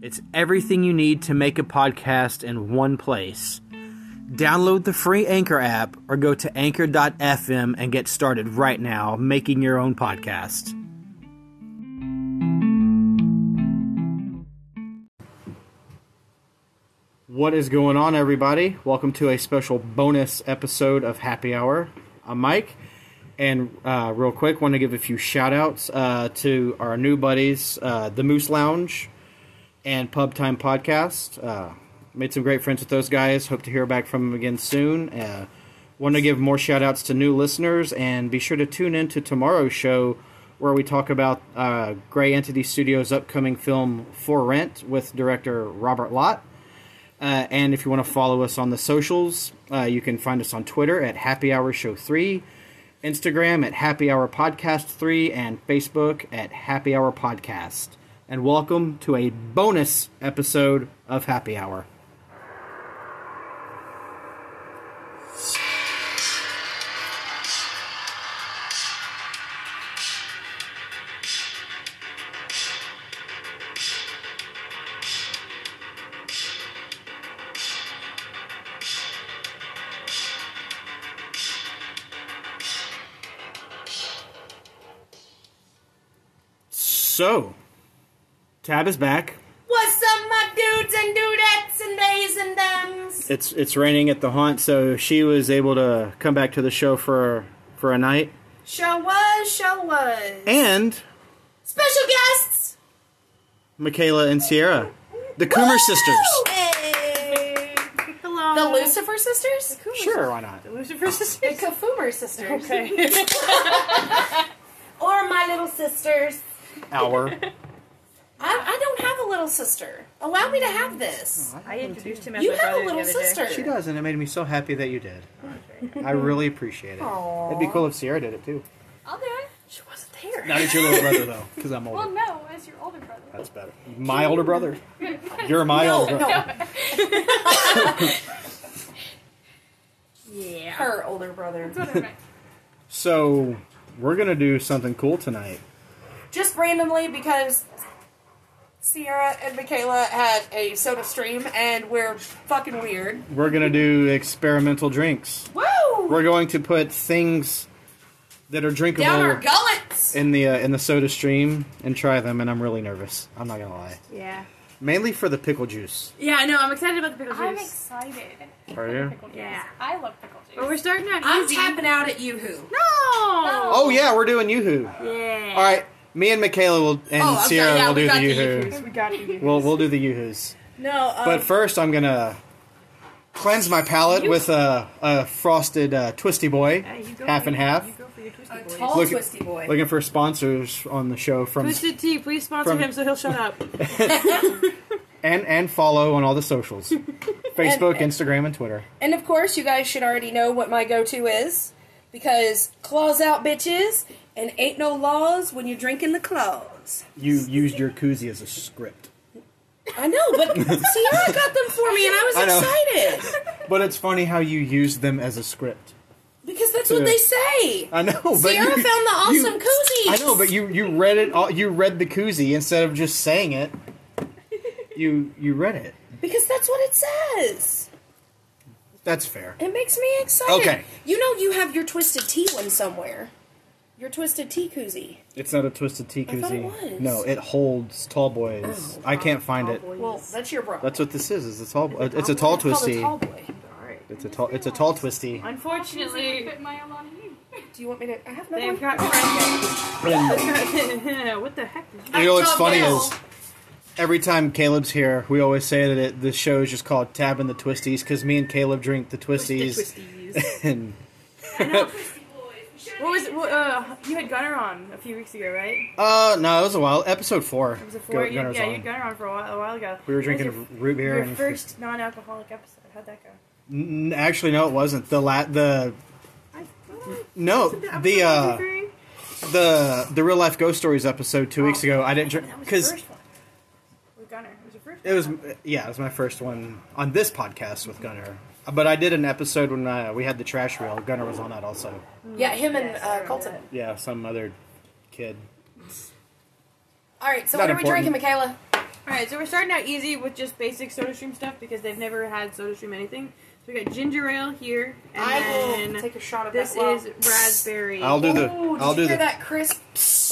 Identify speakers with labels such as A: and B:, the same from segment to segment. A: It's everything you need to make a podcast in one place. Download the free Anchor app or go to anchor.fm and get started right now making your own podcast. What is going on, everybody? Welcome to a special bonus episode of Happy Hour. I'm Mike, and uh, real quick, want to give a few shout outs uh, to our new buddies, uh, The Moose Lounge and Pub Time Podcast. Uh, made some great friends with those guys. Hope to hear back from them again soon. Uh, want to give more shout outs to new listeners and be sure to tune in to tomorrow's show where we talk about uh, Gray Entity Studios' upcoming film For Rent with director Robert Lott. Uh, and if you want to follow us on the socials, uh, you can find us on Twitter at Happy Hour Show 3, Instagram at Happy Hour Podcast 3, and Facebook at Happy Hour Podcast. And welcome to a bonus episode of Happy Hour. So, Tab is back.
B: What's up, my dudes and dudettes and days and thems?
A: It's it's raining at the haunt, so she was able to come back to the show for for a night.
B: Show was, show was.
A: And
B: Special guests!
A: Michaela and Sierra, the Coomer sisters.
B: Hey!
C: Hello.
B: The Lucifer sisters?
A: Sure, why not?
C: Lucifer
B: The
C: sisters.
B: Kafumer sisters.
C: Okay.
B: Or my little sisters.
A: Hour.
B: I, I don't have a little sister. Allow me to have this.
C: Oh, I introduced him as
B: You
C: my
B: have
C: brother
B: a little
C: the other day.
B: sister.
A: She does, and it made me so happy that you did. I really appreciate it.
B: Aw.
A: It'd be cool if Sierra did it too.
D: I'll do it.
B: She wasn't there.
A: Not as your little brother though, because I'm
D: Well,
A: older.
D: no, as your older brother.
A: That's better. My older brother. You're my
B: Oh,
A: older brother.
C: Yeah.
B: Her older brother.
D: That's what I meant.
A: So we're gonna do something cool tonight.
B: Just randomly because Sierra and Michaela had a soda stream and we're fucking weird.
A: We're gonna do experimental drinks.
B: Woo!
A: We're going to put things that are drinkable
B: Down our gullets!
A: in the uh, in the soda stream and try them. And I'm really nervous. I'm not gonna lie.
C: Yeah.
A: Mainly for the pickle juice.
C: Yeah, I know. I'm excited about the pickle
D: I'm
C: juice.
D: excited.
A: Are you?
D: Pickle juice.
C: Yeah.
D: I love pickle
C: But we're
D: juice.
C: starting out
B: I'm
C: easy.
B: tapping out at Yoo-Hoo.
C: No.
A: Oh yeah, we're doing YooHoo.
C: Yeah.
A: All right, me and Michaela will and
B: Oh, okay,
A: Sierra
B: yeah,
A: will
B: we
A: do the
B: got the
A: yoo-hoo.
B: yoo-hoos.
C: We got you.
A: We'll we'll do the yoo-hoos.
B: No, um,
C: uh, Oh.
A: But first, I'm gonna cleanse my palate with a, a frosted uh, twisty boy,
C: Yeah, you go
A: half
C: for
A: and
C: your-
A: half.
C: You go for your twisty
B: a
C: boys.
B: tall
A: Look-
B: twisty boy.
A: Looking for sponsors on the show from
C: Twisted Tea, please sponsor
A: From-
C: him so he'll shut up.
A: and and follow on all the socials, Facebook, Instagram, and Twitter.
B: and of course, you guys should already know what my go-to is because claws out, bitches, and ain't no laws when you're drinking the claws.
A: You used your koozie as a script,
B: I know, but Sierra got them for me, and I was
A: I know.
B: excited
A: but it's funny how you used them as a script.
B: because that's what they say.
A: I know, but
B: Sierra
A: you-
B: found the
A: you-
B: awesome koozies.
A: I know, but you you read it. All, you read the koozie instead of just saying it. You you read it.
B: because that's what it says.
A: That's fair.
B: It makes me excited.
A: Okay.
B: you know you have your twisted tea one somewhere. Your twisted tea koozie.
A: It's not a twisted tea
B: I thought it
A: koozie.
B: was. Oh,
A: No, it holds tall boys. I can't find it.
B: Well, that's your bro.
A: That's what this is. It's a tall. bo- It's a tall
B: It's called a
A: twisty.
B: tall boy.
C: Alright.
A: It's a tall. It's a tall twisty.
C: Unfortunately,
D: Fit my Alani Eve.
B: Do you want me to? I have another
C: they've
B: one.
C: got Frank.
A: And
C: what the heck? Did you...
A: you know what's
B: Tom
A: funny
B: Bell.
A: is every time Caleb's here, we always say that it, the show is just called Tab and the Twisties because me and Caleb drink the
C: Twisted
A: twisties.
C: Twisties.
A: And
D: I know. Twisty boys.
C: What was what, uh? You had Gunner on a few weeks ago, right?
A: Uh, no, it was a while. Episode four.
C: It was a
A: Gun-
C: four. You,
A: Gunner's
C: yeah, you
A: on.
C: had Gunner on for a while, a while ago.
A: We were
C: What was
A: drinking
C: your-
A: root beer
C: Your
A: and
C: first non-alcoholic episode. How'd that go?
A: N- actually, no, it wasn't. The la- the
C: I
A: no the uh the the real life ghost stories episode two
C: Oh,
A: weeks ago. I didn't drink because
C: with Gunner, it was your first.
A: it was
C: one.
A: yeah, it was my first one on this podcast with Gunner. But I did an episode when uh, we had the trash reel. Gunner was on that also.
B: Yeah, him and
C: Yes, I
B: uh,
C: remember
B: Colton.
C: that.
A: Yeah, some other kid.
B: All right, so
A: Not
B: what are we
A: important.
B: drinking, Michaela?
C: All right, so we're starting out easy with just basic SodaStream stuff because they've never had SodaStream anything. So we got ginger ale here, and then
B: a shot
C: this
B: that well.
C: is raspberry
A: I'll do the
B: Ooh, did
A: I'll
B: you
A: do
B: hear
A: the.
B: that crisp?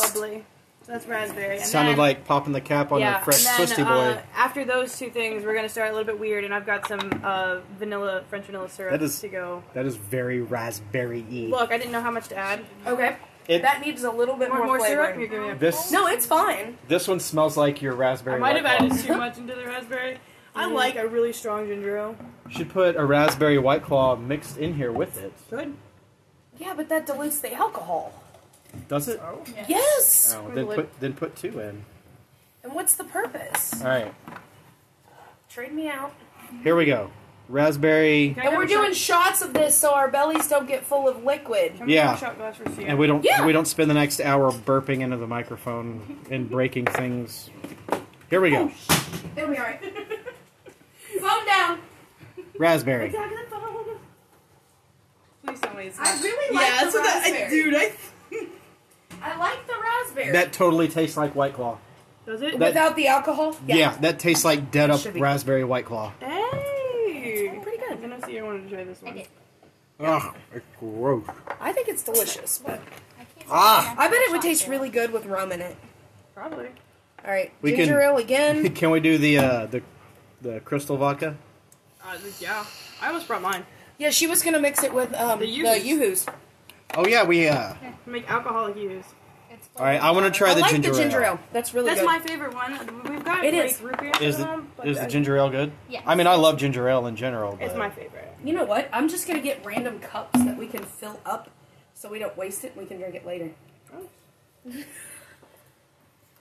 C: bubbly. So that's raspberry. And
A: Sounded
C: then-
A: like popping the cap on
C: yeah,
A: a fresh
C: and then,
A: twisty boy.
C: Uh, after those two things, we're gonna start a little bit weird, and I've got some uh, vanilla French vanilla syrup
A: That is-
C: to go.
A: that is very raspberry y.
C: Look, I didn't know how much to add.
B: Okay,
A: It-
B: that needs a little bit
C: More,
B: more,
C: more syrup? You're
B: flavor.
C: giving me a
A: This
B: No, it's fine.
A: this one smells like your raspberry.
C: I might have
A: White Claw.
C: added too much into the raspberry. Mm. I like a really strong ginger ale.
A: Should put a raspberry white claw mixed in here with it.
C: Good.
B: Yeah, but that dilutes the alcohol.
A: Does it?
B: Yes.
A: Oh, then put then put two in.
B: And what's the purpose?
A: All right,
B: Trade me out.
A: here we go. Raspberry,
C: Can I
B: And
C: have
B: we're
C: a shot-
B: doing shots of this so our bellies don't get full of liquid.
C: can we
A: Yeah.
C: have a shot glass for Sierra?
A: and we don't
B: Yeah.
A: we don't spend the next hour burping into the microphone and breaking things. Here we go.
B: It'll be alright. Phone down.
A: Raspberry.
C: Please don't waste
B: I
C: that.
B: really like
C: Yeah,
B: the
C: so that
B: raspberry.
C: I, dude, I
B: I like the raspberry.
A: That totally tastes like White Claw.
C: does it.
A: That-
B: Without the alcohol?
A: Yeah, that tastes like dead up
C: Should be.
A: raspberry White Claw.
C: hey,
B: Pretty
C: I
B: good.
C: know Sierra wanted to try this one.
D: did.
A: Ugh, it's gross.
B: I think it's delicious. But
D: I can't
A: Ah!
B: I bet it would taste really good with rum in it.
C: Probably.
B: All right,
A: We can-
B: ginger ale again.
A: Can we do the uh, the the crystal vodka?
C: Uh, yeah, I almost brought mine.
B: Yeah, she was gonna mix it with um, the
C: The
B: yoo-hoos.
C: Yoo-Hoos.
A: Oh yeah, we. Uh,
C: Make alcoholic use.
A: all right, I want to try
B: I
A: the
B: like
A: ginger
B: the ginger ale. That's really
C: That's
B: good.
C: my favorite one. We've got
B: It
C: like
B: is.
C: root beer.
A: Is
C: at
A: the
C: home, Um, but
A: is the
C: that-
A: ginger ale good?
D: Yes.
A: I mean, I love ginger ale in general. But
C: It's my favorite.
B: You know what? I'm just gonna get random cups that we can fill up, so we don't waste it. and We can drink it later.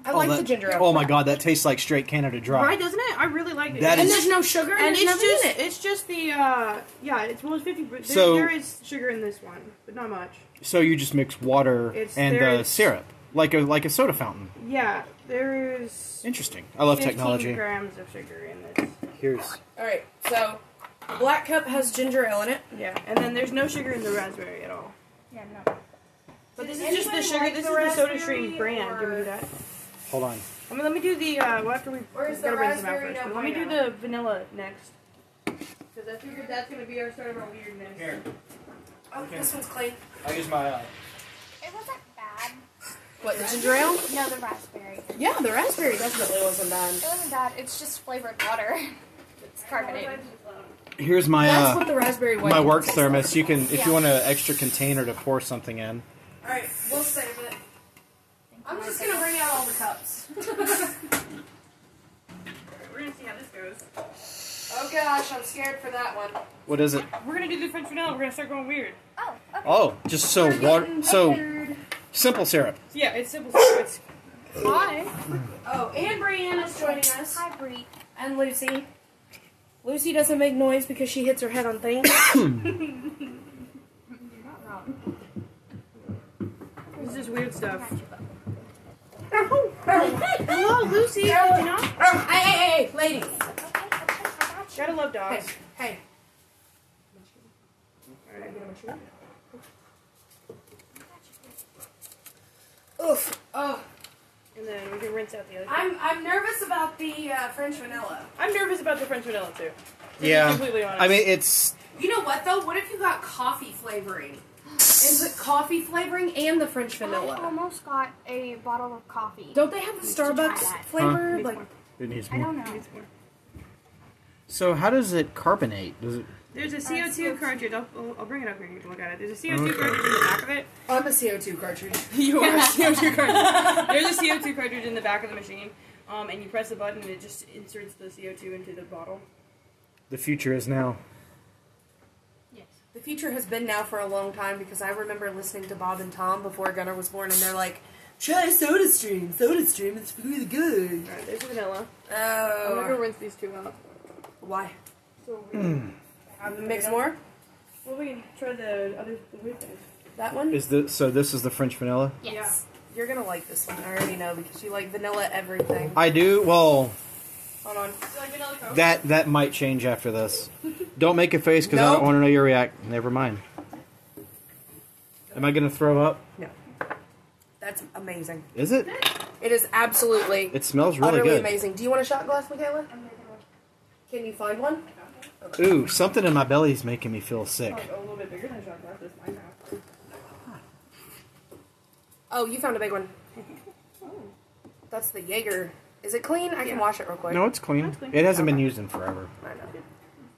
B: I
A: Oh,
B: like
A: that-
B: the ginger ale.
A: Oh my god, that tastes like straight Canada Dry.
C: Right, doesn't it? I really like it.
A: That
B: And
A: is-
B: there's no sugar
C: and
B: and,
C: it's
B: there's nothing
C: just
B: in it.
C: it's just the uh yeah it's well it's fifty but there,
A: So-
C: there is sugar in this one but not much
A: So you just mix water
C: It's-
A: and
C: there
A: uh,
C: is-
A: syrup, like a like a soda fountain.
C: yeah there is
A: Interesting. I love
C: 15
A: technology.
C: grams of sugar in this
A: Here's
B: All right, so the black cup has ginger ale in it.
C: yeah and then there's no sugar in the raspberry at all
D: Yeah, no.
C: but this
D: Does
C: is just the
D: anybody
C: sugar
D: like
C: this
D: the
C: is the soda
D: raspberry
C: stream brand Can we do
D: or-
C: that
A: hold on.
C: I mean let me do the uh well, after we
B: Or is
C: we've gotta
B: the
C: rinse them out
B: raspberry no
C: first but let me do
B: bueno?
C: the vanilla next because I figured that's gonna be our sort of our weirdness
B: Oh, this one's clean.
A: I use my. Uh,
D: It wasn't bad.
B: What the ginger ale?
D: No, the raspberry. It
B: Yeah, the raspberry definitely wasn't bad.
D: wasn't bad. It's just flavored water. It's carbonated.
A: here's my
B: That's what
A: uh,
B: the raspberry was.
A: my work thermos. You can if
D: Yeah.
A: you want an extra container to pour something in.
B: All right, we'll save it. I'm just gonna bring out all the cups.
C: we're gonna see how this goes
B: Oh gosh, I'm scared for that one.
A: What is it?
C: we're gonna do the French vanilla we're gonna start going weird
D: Oh, okay.
A: Oh, just so water. So simple syrup.
C: yeah it's simple it's
B: Hi. Oh, and Brianna's joining us.
D: Hi, Bree.
B: And Lucy. Lucy doesn't make noise because she hits her head on things.
D: You're not wrong.
C: it's just weird stuff.
D: Not your book.
C: Hello, Lucy. Did you not?
B: hey, hey, hey, hey, ladies.
D: Okay, okay, I got you.
C: Gotta love
B: Hey,
C: dogs.
B: hey. Oof. Oh,
C: And then we can rinse out the other. I'm,
B: I'm I'm nervous about the uh, French vanilla.
C: I'm nervous about the French vanilla too. to be
A: Yeah.
C: completely honest.
A: I mean, it's
B: You know what though? What if you got coffee flavoring? And put coffee flavoring and the French
D: I
B: vanilla.
D: almost got a bottle of coffee.
B: Don't they have the
D: Let's try
B: Starbucks
D: that.
B: flavor?
C: Needs
B: Like,
C: more.
A: it needs
D: I
A: more.
D: don't know.
C: Needs more.
A: So how does it carbonate? Does it?
C: There's a CO2 cartridge. I'll, I'll- I'll bring it up here. You can look at it. There's a CO2
A: Okay.
C: cartridge in the back of it.
B: I'm a CO2 cartridge.
C: You are a CO2 cartridge. There's a CO2 cartridge in the back of the machine. Um, and you press the button and it just inserts the CO2 into the bottle.
A: The future is now.
D: Yes.
E: The future has been now for a long time because I remember listening to Bob and Tom before Gunnar was born, and they're like, "Try SodaStream. SodaStream is really good."
C: Alright, there's vanilla. I'm gonna
E: Oh,
C: rinse these two out.
E: why?
C: So
A: Hmm.
E: Mix more.
C: Well, we can try the other the weird things.
E: That one.
A: Is this so? This is the French vanilla.
B: Yes.
E: You're gonna like this one. I already know because you like vanilla everything.
A: I do. Well,
E: Hold on.
C: like vanilla coke?
A: that that might change after this. Don't make a face because I
E: Nope.
A: don't want to know your react. Never mind. Am I gonna throw up?
E: That's amazing.
A: Is it?
E: It is absolutely
A: It smells really
E: utterly
A: good.
E: amazing. Do you want a shot glass, Michaela? Can you find one?
A: Ooh, something in my belly is making me feel sick.
C: a little bit bigger than shot glasses. Mine have.
E: Oh, you found a big one. That's the Jaeger. Is it clean? I can
C: Yeah.
E: wash it real quick.
A: No, it's clean.
C: That's clean.
A: It hasn't been used in forever.
E: I know.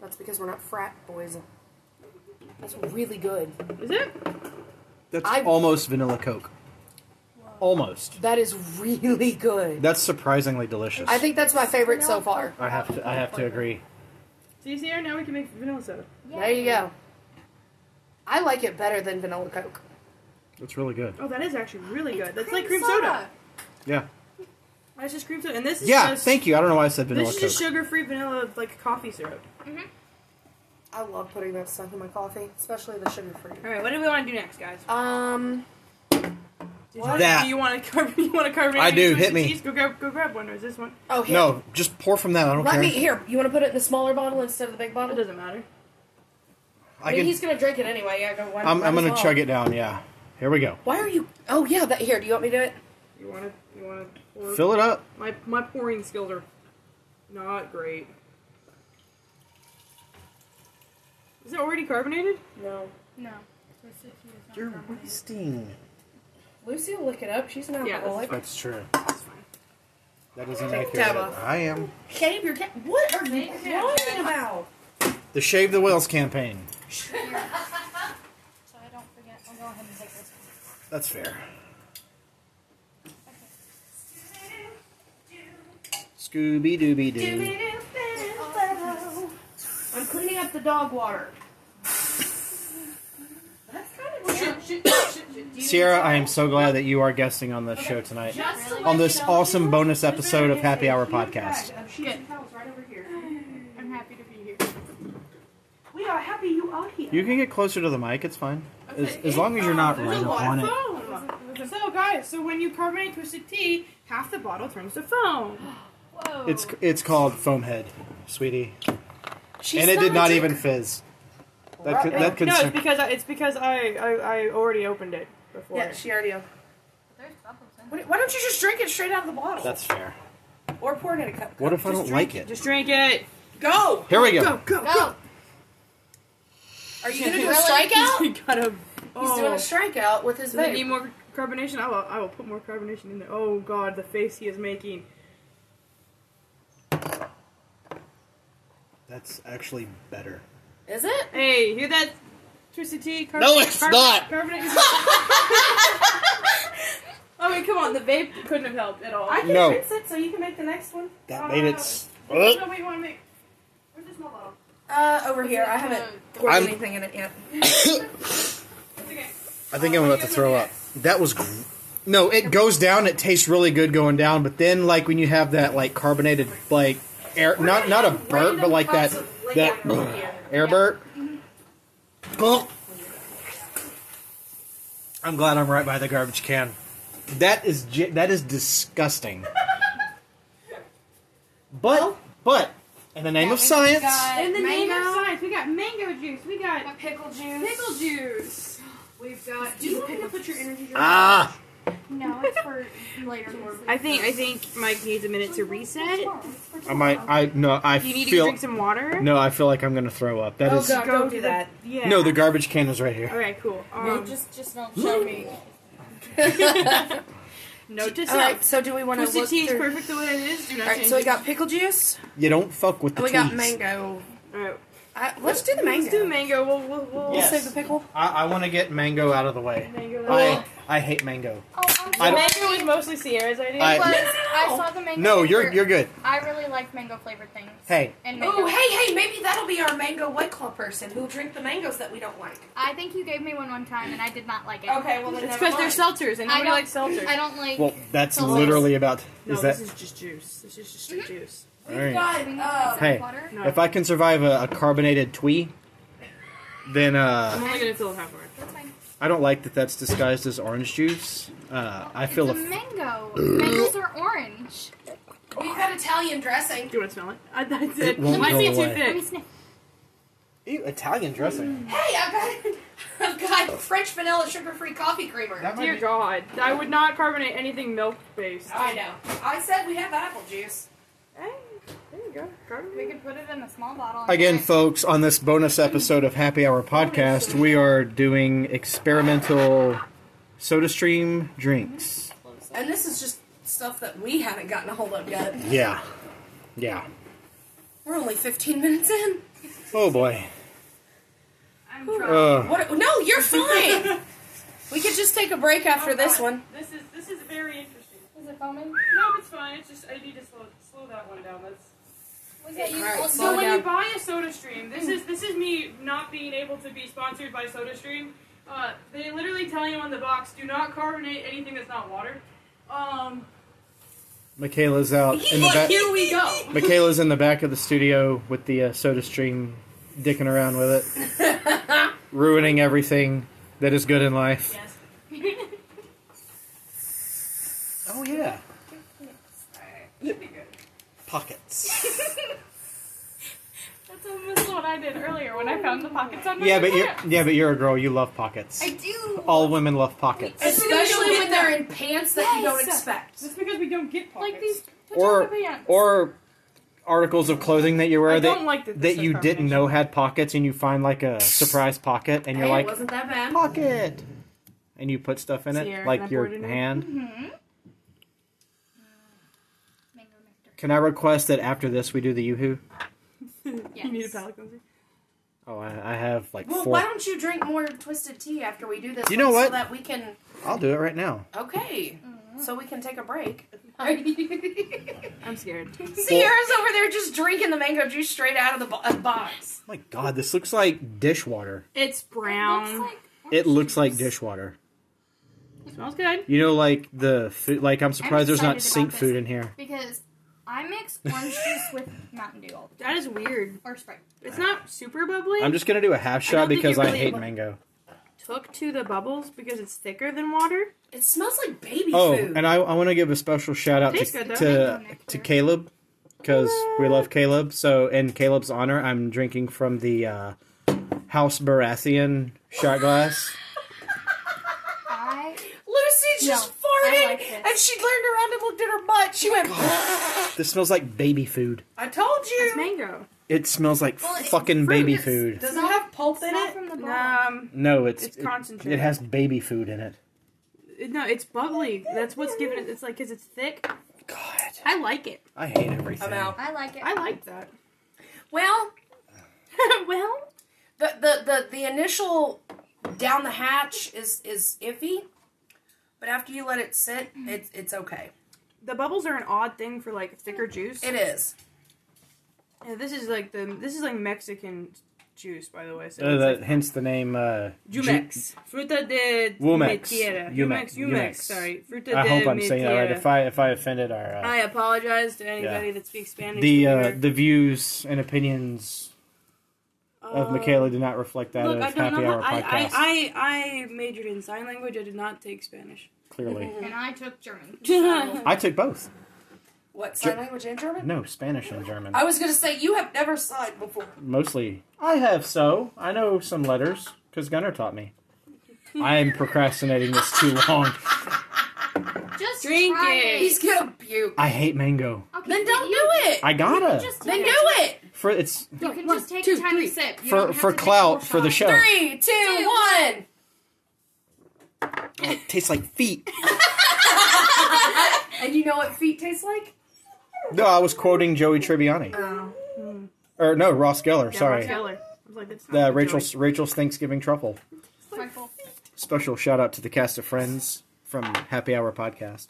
E: That's because we're not frat boys. That's really good.
C: Is it?
A: That's
E: I-
A: almost vanilla Coke. Almost.
E: That is really good.
A: That's surprisingly delicious.
E: I think that's my favorite so far.
A: I have to. I have to agree.
C: See, Sierra, now we can make vanilla soda.
E: There you go. I like it better than vanilla Coke.
A: It's really good.
C: Oh, that is actually really good. That's like
B: cream
C: cream soda.
B: soda.
A: Yeah.
C: That's just cream soda, and this is
A: Yeah.
C: just
A: Thank you. I don't know why I said vanilla
C: this is
A: Coke.
C: just sugar-free vanilla like coffee syrup.
E: I love putting that stuff in my coffee, especially the sugar free.
C: All right, what do we want to do next, guys?
E: Um,
C: Do you wanna-
A: That.
C: Do you want to cover? You want to cover?
A: I do,
C: any
A: hit me.
C: cheese? Go grab, go grab one. Or is this one?
E: oh, here.
A: no, just pour from that. I don't
E: Let
A: care.
E: me, here, you want to put it in the smaller bottle instead of the big
C: It
E: bottle?
C: doesn't matter.
E: I
A: I
E: mean,
A: can,
E: he's going to drink it anyway. Yeah, go, why,
A: I'm,
E: might
A: I'm
E: as
A: gonna
E: well.
A: chug it down. Yeah. Here we go.
E: Why are you? Oh yeah, that here. Do you want me to do it?
C: You want to? You want to?
A: Fill it up.
C: My my pouring skills are not great. Is it already carbonated?
E: No.
B: No.
A: You're wasting.
E: Lucy will look it up. She's an
C: Yeah,
E: alcoholic.
A: That's true.
C: That's fine.
A: That doesn't
E: Take
A: make
E: tab
A: it.
E: off.
A: I am.
E: Shave your cat. What are you talking about?
A: The Shave the Whales campaign.
B: So I don't forget. I'll go ahead and take this one.
A: That's fair. Scooby Dooby Doo.
E: I'm cleaning up the dog water.
A: Sierra, I am so glad that you are guesting on this show tonight. On this awesome bonus episode of Happy Hour Podcast.
C: I'm happy to be here.
E: We are happy you are here.
A: You can get closer to the mic, it's fine. As, as long as you're not right on it.
C: it. So guys, so when you carbonate twisted tea, half the bottle turns to foam.
B: Whoa.
A: It's it's called Foamhead, sweetie.
E: She's
A: And it did not
E: a-
A: even fizz. That could, that could
C: no, it's because I, it's because I, I I already opened it before.
E: Yeah, she already.
B: There's bubbles in
E: What- Why don't you just drink it straight out of the bottle?
A: That's fair.
E: or pour it in a cup.
A: What if I
C: Just
A: don't
C: drink
A: like it?
C: Just drink it.
E: Go.
A: Here we go.
C: Go go
B: there. Go.
E: Are you gonna do a
B: Really?
E: strikeout?
C: He's got a.
E: He's doing a
C: Oh.
E: strikeout with his
C: Does it
E: vape.
C: need more carbonation? I will. I will put more carbonation in there. Oh God, the face he is making.
A: That's actually better.
E: Is it?
C: Hey, hear that? Twisted tea. Carbon-
A: No, it's
C: carbon-
A: not.
C: Carbonate. I mean, come on. The vape couldn't have helped at all.
E: I can
A: No.
E: rinse it so you can make the next one. Uh,
A: That made it. s-
C: No, wait, you want to make? Where's the small bottle?
E: Uh, over here. I haven't poured
A: I'm-
E: anything in it yet.
C: It's okay.
A: I think I'm about to throw up. That was. Gr- no, it goes down. It tastes really good going down, but then like when you have that like carbonated like air, not not a burp, but like that that air burp. Gulp. Oh. I'm glad I'm right by the garbage can. That is ge- that is disgusting. But but in the name of science,
C: In the name of
B: mango.
C: science, we got mango juice. We got
B: got pickle juice.
C: pickle juice. We've got. Do you want me to put your energy drink?
A: ah.
B: No, it's for later.
C: I think I think Mike needs a minute to reset.
A: I might. I no. I
C: You need to
A: feel.
C: drink some water.
A: no, I feel like I'm gonna throw up. That
E: Oh,
A: is.
E: God. Don't do
C: to
E: that.
C: The, yeah.
A: No, the garbage can is right here.
C: Okay, cool. Um,
B: just, just don't show me.
C: note to
E: All
C: self.
E: right. So do we want to
C: Twisted
E: look
C: tea is
E: through?
C: perfect the way it is. Do not
E: All right.
C: change
E: So we
C: it.
E: got pickle juice
A: You don't fuck with the
E: and we got
A: teas.
E: mango.
C: All right.
B: I, let's do the mango.
C: Let's do mango. We'll, we'll, we'll
A: Yes.
B: Save the pickle.
A: I, I want to get mango out of the way.
C: mango.
A: I I hate mango.
D: Oh, I'm
A: I
D: sorry.
C: mango was mostly Sierra's idea.
A: I-
D: It was. I saw the mango.
A: No, you're
D: flavor.
A: you're good.
D: I really like mango flavored things.
A: Hey,
D: And mango.
B: Oh, hey, hey, maybe that'll be our mango white claw person who'll drink the mangoes that we don't like.
D: I think you gave me one one time, and I did not like it.
B: Okay, well then
C: it's
B: never
C: because they're
B: mind.
C: seltzers, and
D: I
C: nobody
D: don't.
C: likes seltzers.
D: I don't like.
A: well that's
D: Delicious.
A: literally about
C: no,
A: is that
C: this is just juice. This is just straight juice.
A: all right.
D: Something
B: We've
D: like
B: got, uh,
A: Hey.
D: water.
C: No.
A: If I can survive a, a carbonated twee, then
C: I'm
A: uh,
C: only gonna fill it halfway.
D: That's fine.
A: I don't like that that's disguised as orange juice. Uh, I feel
D: it's a
A: a
D: mango. Mangoes are orange.
B: we've got Italian dressing.
C: Do you want to smell it? I, I did.
A: It won't
C: Might
A: go
C: be
A: away.
D: Let me
C: too thick.
D: sniff.
A: Ew, Italian dressing.
B: Hey, I've got, I've got French vanilla sugar-free coffee creamer.
A: That might
C: Dear
A: be-
C: God, I would not carbonate anything milk based.
B: I know. I said we have apple juice.
C: Hey, there you go.
D: We
C: Carbonate.
D: could put it in a small bottle. and
A: Again,
D: try it.
A: folks, on this bonus episode of Happy Hour Podcast, we are doing experimental SodaStream drinks.
B: And this is just stuff that we haven't gotten a hold of yet.
A: Yeah. Yeah.
B: We're only 15 minutes in.
A: Oh boy. Uh,
C: I'm
A: Ugh.
B: What? No, you're fine. we could just take a break after this one.
C: This is this is very interesting.
D: Is it foaming?
C: No, it's fine. It's just I need to slow slow that one down. That's
D: Was it
B: All right, slow
D: you?
C: so
B: it
C: when
B: down.
C: you buy a soda stream, this is this is me not being able to be sponsored by soda stream. Uh, they literally tell you on the box, do not carbonate anything that's not water. Um,
A: Michaela's out in the back.
C: here we go.
A: Michaela's in the back of the studio with the uh, SodaStream, dicking around with it, ruining everything that is good in life.
C: Yes.
A: Oh yeah. Pockets.
D: That's almost what I did earlier when I found the pockets on my
A: Yeah, but you're
D: pants.
A: yeah, but you're a girl. You love pockets.
D: I do.
A: All women love pockets.
B: Especially when they're in pants that you don't
D: Yes.
B: expect.
C: That's because we don't get pockets.
D: like these pajama
A: Or
D: pants.
A: or articles of clothing that you wear
C: I
A: that
C: don't like that this
A: that
C: is
A: you didn't
C: carbonation.
A: know had pockets, and you find like a surprise pocket, and you're
B: Hey,
A: like
B: it wasn't that bad.
A: pocket, and you put stuff in it,
C: Sierra, can
A: like
C: I
A: your
C: pour it in? Mm-hmm.
A: hand.
D: hmm Mango nectar.
A: Can I request that after this we do the yoo-hoo?
D: Yes.
C: You need a palate cleanser.
A: Oh, I, I have like
B: Well,
A: four.
B: why don't you drink more twisted tea after we do this?
A: You know
B: one
A: what?
B: So that we can.
A: I'll do it right now.
B: Okay. So we can take a break.
C: I'm scared.
B: Sierra's over there just drinking the mango juice straight out of the bo- uh, box.
A: my God, this looks like dishwater.
C: It's
D: Looks
C: brown.
D: like
A: It looks like dishwater.
C: smells good.
A: You know, like the food. Like I'm surprised there's not
D: excited
A: sink
D: about
A: food
D: this.
A: in here.
D: because I mix orange juice with Mountain Dew all the time
C: That is weird.
D: or Sprite.
C: It's not super bubbly.
A: I'm just gonna do a half shot
C: don't think
A: because
C: it
A: I
C: really
A: hate
C: look-
A: mango.
C: took to the bubbles because it's thicker than water.
B: It smells like baby
A: Oh,
B: food.
A: and I, I want to give a special shout out
C: Tastes
A: to
C: good, though.
A: to,
D: Mango nectar.
A: to Caleb because we love Caleb. So in Caleb's honor, I'm drinking from the uh, House Baratheon shot glass.
D: I
B: Lucy's just
D: No, I
B: farting,
D: like this.
B: and she turned around and looked at her butt. She went,
A: This smells like baby food.
B: "I told
C: It's
B: you."
C: mango.
A: It smells like
B: Well, it's
A: fucking baby food.
B: fruit. Does it have pulp in
D: smell
B: it?
D: from the bottom.
C: Um,
A: No, it's
C: It's
A: it-
C: concentrated.
A: It, has baby food in it.
C: no, it's bubbly. That's what's giving it. It's like because it's thick.
A: God,
C: I like it.
A: I hate everything.
B: I'm out.
D: I like it.
C: I like that.
B: Well,
C: well,
B: the, the the the initial down the hatch is is iffy, but after you let it sit, it's it's okay.
C: the bubbles are an odd thing for like thicker juice.
B: It is.
C: Yeah, this is like the this is like Mexican juice, by the way. So
A: Uh,
C: it's
A: that,
C: like
A: hence the name. Uh, Ju-
C: Jumex, fruta de
A: Wumex.
C: mi tierra.
A: Yumex.
C: Jumex, Jumex.
A: Yumex.
C: Sorry, fruta
A: I
C: de
A: hope I'm
C: mi
A: saying that right.
C: tierra.
A: If I if I offended our uh,
C: I apologize to anybody
A: Yeah.
C: that speaks Spanish.
A: the uh,
C: here.
A: the views and opinions of
C: Uh,
A: Michaela do not reflect that
C: Look,
A: of
C: I don't
A: uh, Happy
C: know.
A: Hour
C: How, I,
A: podcast.
C: I, I I majored in sign language. I did not take Spanish.
A: clearly,
D: and I took German.
A: I took both.
B: What sign language and German?
A: No, Spanish and German.
C: Uh,
B: I was gonna say you have never signed before.
A: Mostly, I have so I know some letters because Gunnar taught me. I am procrastinating this too long.
D: Just
C: Drink
D: try
C: it.
B: He's gonna puke.
A: I hate mango.
D: Okay,
B: Then
D: but
B: don't
D: you,
B: do it.
A: I gotta
D: Just
B: Then
D: take
B: do
D: a-
B: it.
A: for it's
D: You can
C: One,
D: just take
C: two,
D: a
C: three.
D: tiny sip. You don't
A: for
D: have
A: for
D: to take
A: clout
D: the
A: for the
D: whole
A: show.
D: shot.
B: Three, two,
D: Two.
B: one.
A: Oh, it tastes like feet.
B: And you know what feet taste like?
A: No, I was quoting Joey Tribbiani.
B: Oh.
A: or no, Ross Geller.
F: Yeah,
A: sorry,
F: Ross Geller. I was like, that's not
A: The,
F: good,
A: Rachel's
F: Joey.
A: Rachel's Thanksgiving truffle.
D: Michael.
A: Special shout out to the cast of Friends from Happy Hour Podcast.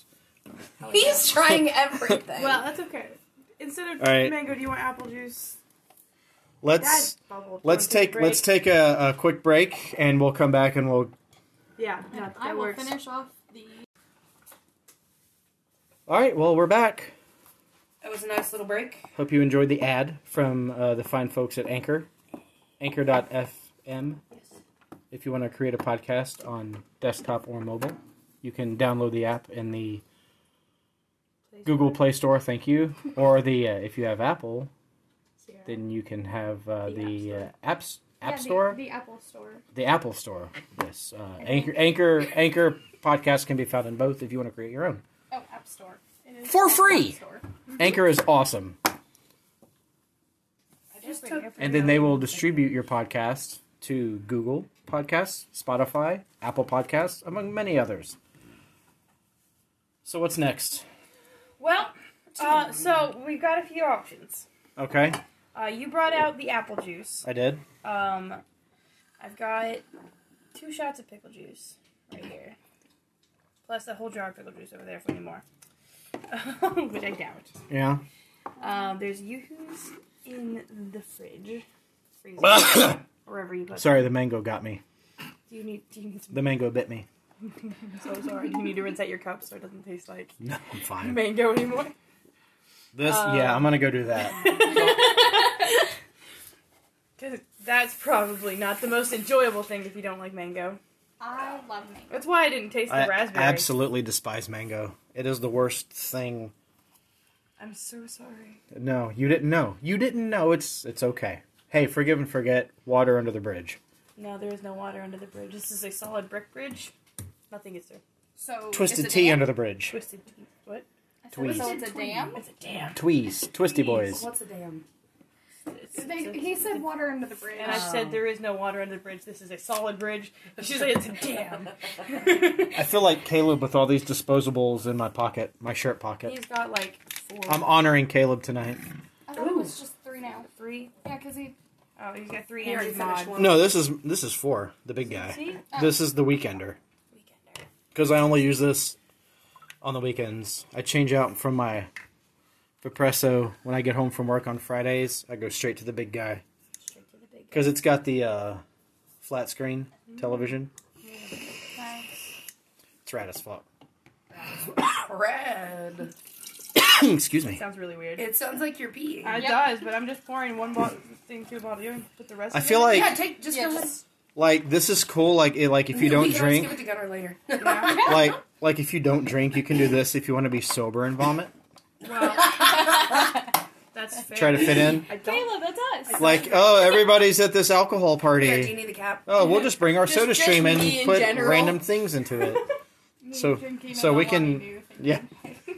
B: He's trying everything.
F: Well, that's okay. Instead of
A: All right.
F: mango, do you want apple juice?
A: Let's
F: That bubble. Want
A: let's
F: to
A: take
F: break?
A: let's take a, a quick break and we'll come back and we'll.
F: Yeah, no,
D: And
F: that
D: I will
F: works.
D: finish off the.
A: All right, well we're back.
B: that was a nice little break.
A: Hope you enjoyed the ad from uh, the fine folks at Anchor, Anchor.fm. If you want to create a podcast on desktop or mobile, you can download the app in the Google Play Store. Thank you, or the uh, if you have Apple, then you can have uh, the, uh, apps App
D: yeah, the-
A: Store.
D: The, Apple Store.
A: the Apple Store. Yes, uh, Anchor, Anchor, Anchor podcast can be found in both if you want to create your own.
D: Oh, App Store. It is
A: For
D: App
A: free!
D: Store.
A: Anchor is awesome,
B: I just took
A: and then they will distribute your podcast to Google Podcasts, Spotify, Apple Podcasts, among many others. So what's next?
C: Well, uh, so we've got a few options.
A: Okay,
C: Uh, you brought out the apple juice.
A: I did.
C: Um, I've got two shots of pickle juice right here, plus a whole jar of pickle juice over there if we need more, which I doubt.
A: Yeah.
C: Um, there's yoo-hoos in the fridge, freezer, wherever you put.
A: Sorry, the mango got me.
C: Do you need? Do you need some?
A: The mango bit me.
C: I'm so sorry. Do you need to rinse out your cup so it doesn't taste like
A: No, I'm fine.
C: mango anymore?
A: This, yeah, I'm gonna go do that.
C: Because that's probably not the most enjoyable thing if you don't like mango.
D: I love me.
C: That's why I didn't taste the
A: I
C: raspberry.
A: absolutely despise mango. It is the worst thing
C: I'm so sorry.
A: No, you didn't know. You didn't know. It's it's okay. Hey, forgive and forget. Water under the bridge.
C: No, there is no water under the bridge. This is a solid brick bridge. Nothing is there.
D: So
A: Twisted
D: it's a
A: tea
D: dam?
A: under the bridge.
C: Twisted. What?
D: I said, So
A: Tweez.
D: it's a dam.
C: It's a dam.
A: Tweez, twisty boys.
B: What's a damn?
C: It's- it's-
D: They,
C: it's-
D: he said water under the bridge.
C: and I said there is no water under the bridge. This is a solid bridge. And she's like, it's a dam.
A: I feel like Caleb with all these disposables in my pocket, my shirt pocket.
C: He's got like 4
A: I'm honoring Caleb tonight.
D: I thought it was just three now.
C: three.
D: Yeah, because he.
C: Oh, he's got three
B: He already
C: and
B: finished
C: mod.
B: one.
A: No, this is this is four, the big guy.
C: See?
A: This is the weekender
B: Weekender.
A: because I only use this on the weekends. I change out from my Vipresso when I get home from work on Fridays. I go straight to the big guy
B: Straight to the big. Mm-hmm.
A: because it's got the uh, flat screen television.
D: uh,
A: It's rad as fuck.
B: Red.
A: Excuse me.
C: Sounds really weird. It,
B: It sounds like you're peeing.
D: Yep.
C: does, but I'm just pouring one bottle thing to a bottle and put the rest.
A: I
C: of
A: feel
C: it.
A: like
B: yeah, take just
D: Yeah,
B: go
D: just-
A: like this is cool. Like it, like if you
B: We
A: don't
B: can always Give
A: drink,
B: it to Gunnar later.
A: like like if you don't drink, you can do this. If you want to be sober and vomit,
C: that's fair.
A: try to fit in.
C: I don't.
D: Caleb, that's us.
A: Like oh, everybody's at this alcohol
B: Here, do you
A: party.
B: need the cap?
A: Oh, we'll just bring our
B: Just
A: soda stream
B: drink me
A: and
B: in
A: put
B: general.
A: random things into it. so- so we can- yeah.